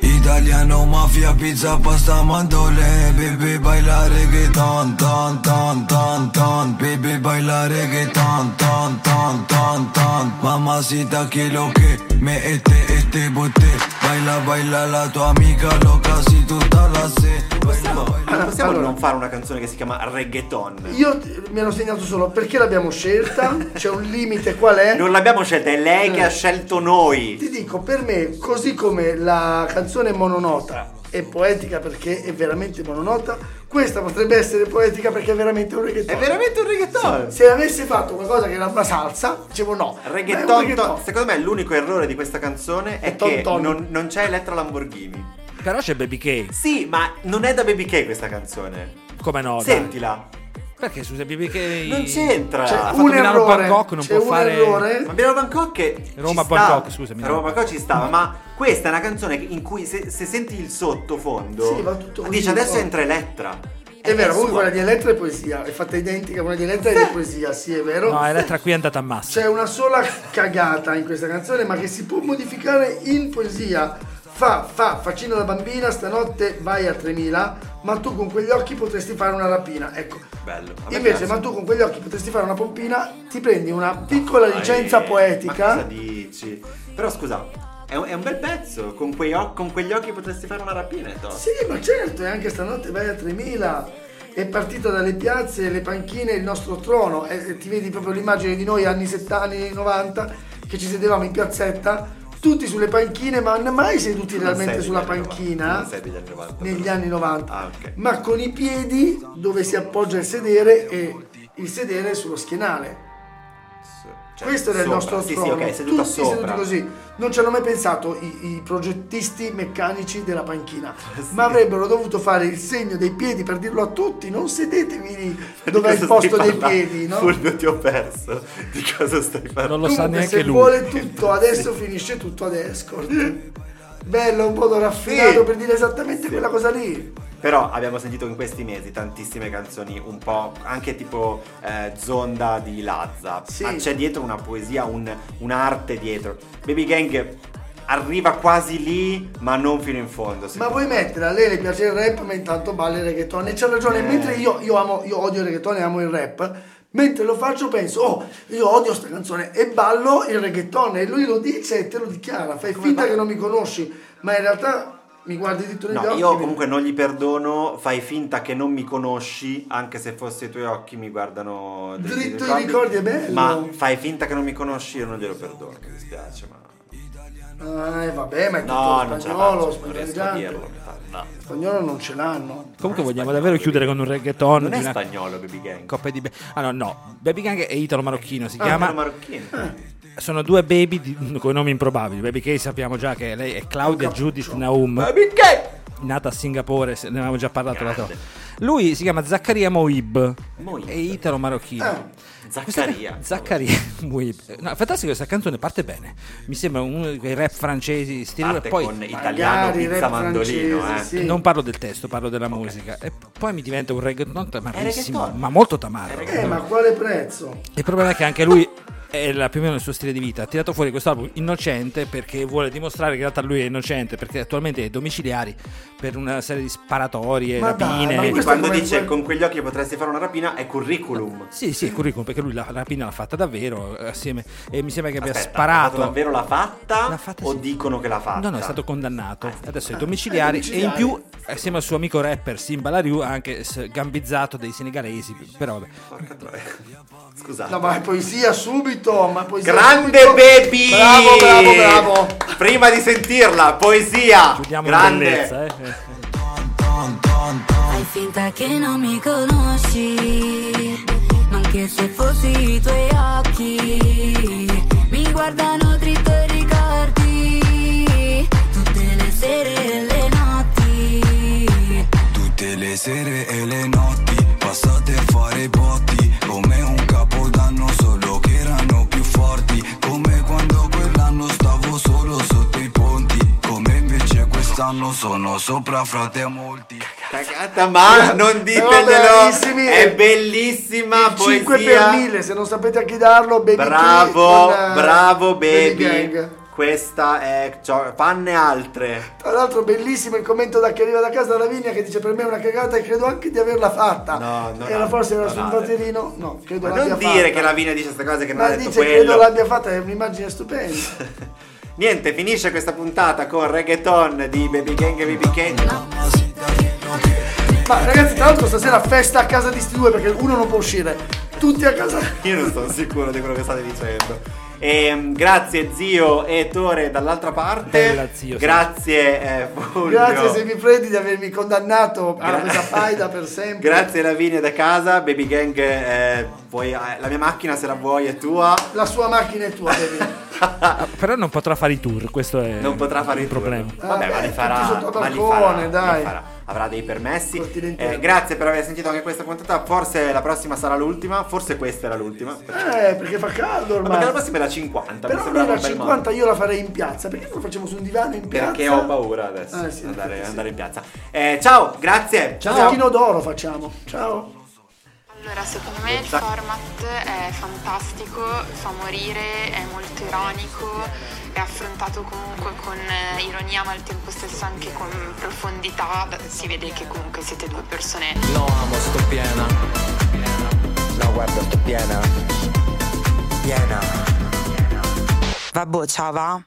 Italiano mafia pizza pasta mandole Baby baila reggaeton ton ton ton ton Baby baila reggaeton ton ton ton ton Mamacita que lo que me este este bote Baila baila la tua amica loca si tu te la sé Baila baila
Non possiamo
Allora.
non fare una canzone che si chiama Reggaeton.
Io t- mi ero segnato solo perché l'abbiamo
[laughs]
scelta, c'è un limite qual è?
Non l'abbiamo scelta, è
Eh.
lei che ha scelto noi.
Ti dico, per me, così come la canzone mononota è poetica perché è veramente mononota. Questa potrebbe essere poetica perché è veramente un reggaeton. È
veramente un reggaeton.
Se avesse fatto qualcosa che era una salsa, dicevo no.
Reggaeton,
ma è un
to- secondo me l'unico errore di questa canzone è,
È ton
che
ton.
non, non c'è Elettra Lamborghini.
Però c'è Baby K.
Sì, ma non è da Baby K questa canzone.
Come no? Oh, dai.
Sentila.
Perché scusa, Baby K.
Non c'entra.
C'è
Cioè, Ha
un
fatto Milano
errore,
Bangkok, non
c'è
può
un
fare.
errore.
Ma Milano Bangkok che
Roma
ci
Bangkok,
stava.
scusami, no.
Roma Bangkok ci stava, ma questa è una canzone in cui se, se senti il sottofondo,
Sì, va tutto così,
dice adesso
poi.
entra Elettra.
È vero, comunque
sua.
quella di Elettra è poesia, è fatta identica, quella di Elettra è di poesia, sì è vero.
No, Elettra qui è andata a massa.
Cioè,
C'è una sola cagata in questa canzone, ma che si può modificare in poesia. Fa, fa, faccina da bambina, stanotte vai a 3000, ma tu con quegli occhi potresti fare una rapina. Ecco.
Bello. a me
Invece,
piace.
ma tu con quegli occhi potresti fare una pompina, ti prendi una piccola licenza
Dai, Ma cosa
poetica.
dici? Però scusa, è un, è un bel pezzo. Con, quei o- con quegli occhi potresti fare una rapina. e to-
Sì, ma certo, e anche stanotte vai a 3000. È partito dalle piazze, le panchine, il nostro trono. E, e ti vedi proprio l'immagine di noi anni 70, anni 90, che ci sedevamo in piazzetta, tutti sulle panchine, ma n- mai seduti
Non sei
realmente
degli
sulla
anni 90,
panchina
non sei degli anni 90,
negli
però.
anni 90,
Ah, ok.
ma con i piedi dove si appoggia il sedere e il sedere sullo schienale.
Cioè,
Questo era il
sopra.
nostro
Sì, sì,
trono.
ok, seduta
Tutti
sopra.
seduti così. Non ci hanno mai pensato i, i progettisti meccanici della
[laughs]
panchina, ma avrebbero dovuto fare il segno dei piedi per dirlo a tutti: non sedetevi
[laughs]
lì
Di
dove è il
cosa
posto
stai
dei
parlando?
piedi, no?
Fulvio, ti ho perso. Di cosa stai parlando?
Non lo sa
Comunque,
neanche
se
lui.
vuole
[laughs]
tutto adesso finisce tutto ad escort. Bello, un modo raffinato
Sì.
per dire esattamente
Sì.
quella cosa lì.
Però abbiamo sentito in questi mesi tantissime canzoni un po' anche tipo eh, Zonda di Lazza.
Sì.
Ma c'è dietro una poesia, un- un'arte dietro. Baby Gang arriva quasi lì, ma non fino in fondo.
Ma
secondo
vuoi
me.
mettere a lei le piace il rap, ma intanto balla il reggaeton. E c'ha ragione,
Eh.
mentre io, io amo, io odio il reggaeton e amo il rap. Mentre lo faccio penso, oh, io odio sta canzone e ballo il reggaeton. E lui lo dice e te lo dichiara. Fai finta che non mi conosci, ma in realtà mi guardi dritto negli
No,
occhi.
io
mi-
comunque non gli perdono, fai finta che non mi conosci, anche se fosse i tuoi occhi mi guardano dritti nei
Dritto i
ricordi,
ricordi, è bello.
Ma fai finta che non mi conosci, io non glielo perdono, mi dispiace, ma
Ah, eh, vabbè, ma è tutto
no, non ce la
spagnolo,
faccio, non riesco a
spagnolizzante.
dirlo, mi fa- no.
Spagnolo non ce l'hanno.
Comunque vogliamo davvero chiudere con un reggaeton.
Non
di
è
una
spagnolo Baby Gang.
Coppa di Be- ah no, no, Baby Gang è italo-marocchino, si
Ah,
chiama. Eh,
erano marocchini.
Sono due baby di- con nomi improbabili. Baby K sappiamo già che lei è Claudia Judith Naum.
Baby Gang!
nata a Singapore, se ne avevamo già parlato l'altro.
Grande.
Lui si chiama Zaccaria Moib,
Moib.
è italo-marocchino.
Ah,
Zaccaria.
Questa- Zaccaria [laughs] Moib. No, è fantastico, questa canzone parte bene. Mi sembra uno di quei rap francesi stile
Parte
poi
con italiano
Magari,
pizza
rap
mandolino,
francese,
eh.
sì.
non parlo del testo, parlo della musica e poi mi diventa un reggaeton tamarissimo,
reggaeton.
ma molto tamarro.
Mm.
Eh, ma a quale prezzo?
Il problema è che anche lui è la- più o meno il suo stile di vita. Ha tirato fuori questo album innocente perché vuole dimostrare che in realtà lui è innocente perché attualmente è domiciliari per una serie di sparatorie,
Ma dai,
rapine.
ma
Quindi
questo
quando
come-
dice con quegli occhi potresti fare una rapina è curriculum.
Sì, sì, il curriculum, perché lui la rapina l'ha fatta davvero eh, assieme e mi sembra che abbia
Aspetta, ha fatto
sparato.
Davvero l'ha fatta?
L'ha fatta,
o
sì.
dicono che l'ha fatta?
No,
Ah,
no, è stato condannato. Adesso è domiciliare
Ah, è
e in
domiciliare.
più, assieme al suo amico rapper Simba Lariu, ha anche s- gambizzato dei senegalesi. Però vabbè.
Porca troia. Scusate.
No, ma è poesia subito, ma è poesia
Grande
subito.
baby!
Bravo, bravo, bravo!
Prima di sentirla, poesia!
Chiudiamo la
Grande!
bellezza, eh.
Fai finta che non mi conosci, ma anche se fossi i tuoi occhi, mi guardano dritto i ricordi, tutte le sere e le notti.
Tutte le sere e le notti passate a fare botti Come un capodanno solo che erano più forti Come quando quell'anno stavo solo sotto i ponti Come invece quest'anno sono sopra frate a molti
Cagata, ma non diteglielo!
bravissimi.
È bellissima
Eh, Il 5
poesia!
per 1000, se non sapete a chi darlo, baby
Bravo,
Key con, eh,
bravo baby!
Gang.
Questa è... ciò- Fanne altre!
Tra l'altro bellissimo il commento da che arriva da casa Lavinia che dice per me è una cagata e credo anche di averla fatta.
No, no,
era
no,
forse era
no,
sul
no,
baterino. No, credo
Ma
l'abbia
non
fatta.
dire che la Vina dice queste cose che non
Ma
ha detto
dice credo
quello!
l'abbia fatta, è un'immagine stupenda.
[laughs] Niente, finisce questa puntata con reggaeton di Baby Gang e Baby Ken.
Ma ragazzi, tra l'altro stasera festa a casa di sti due perché uno non può uscire. Tutti a casa.
Io non sono sicuro di quello che state dicendo. Ehm, grazie zio e Tore dall'altra parte.
Bella, zio, sì.
grazie eh, Fulvio.
Grazie se mi prendi di avermi condannato a
Gra-
questa faida per
[laughs]
sempre.
Grazie Lavinia da casa, Baby Gang, eh, vuoi- eh, la mia macchina se la vuoi è tua.
La sua macchina è tua,
[laughs]
baby.
Ah, però non potrà fare i tour, questo è
Non potrà fare
il
il tour.
problema.
Vabbè, ma li
tutti
farà.
sotto
ma li
balcone,
farà,
dai.
li farà. Avrà dei permessi.
Continentale.
Eh, grazie per aver sentito anche questa puntata. Forse la prossima sarà l'ultima, forse questa era l'ultima. Ma
Eh, perché fa caldo ormai.
perché la prossima è la 50. mi
Però
sembrava
noi la
un bel modo.
50 io la farei in piazza. Perché non la facciamo su un divano in piazza?
Perché ho paura adesso
Ah, sì,
andare,
infatti sì.
andare in piazza. Eh, ciao, grazie.
Un tacchino d'oro facciamo. Ciao.
Allora, secondo me il format è fantastico, fa morire, è molto ironico, è affrontato comunque con eh, ironia ma al tempo stesso anche con profondità, si vede che comunque siete due persone
No, amo, sto piena. No, guarda, sto piena.
Piena. Vabbè, ciao va.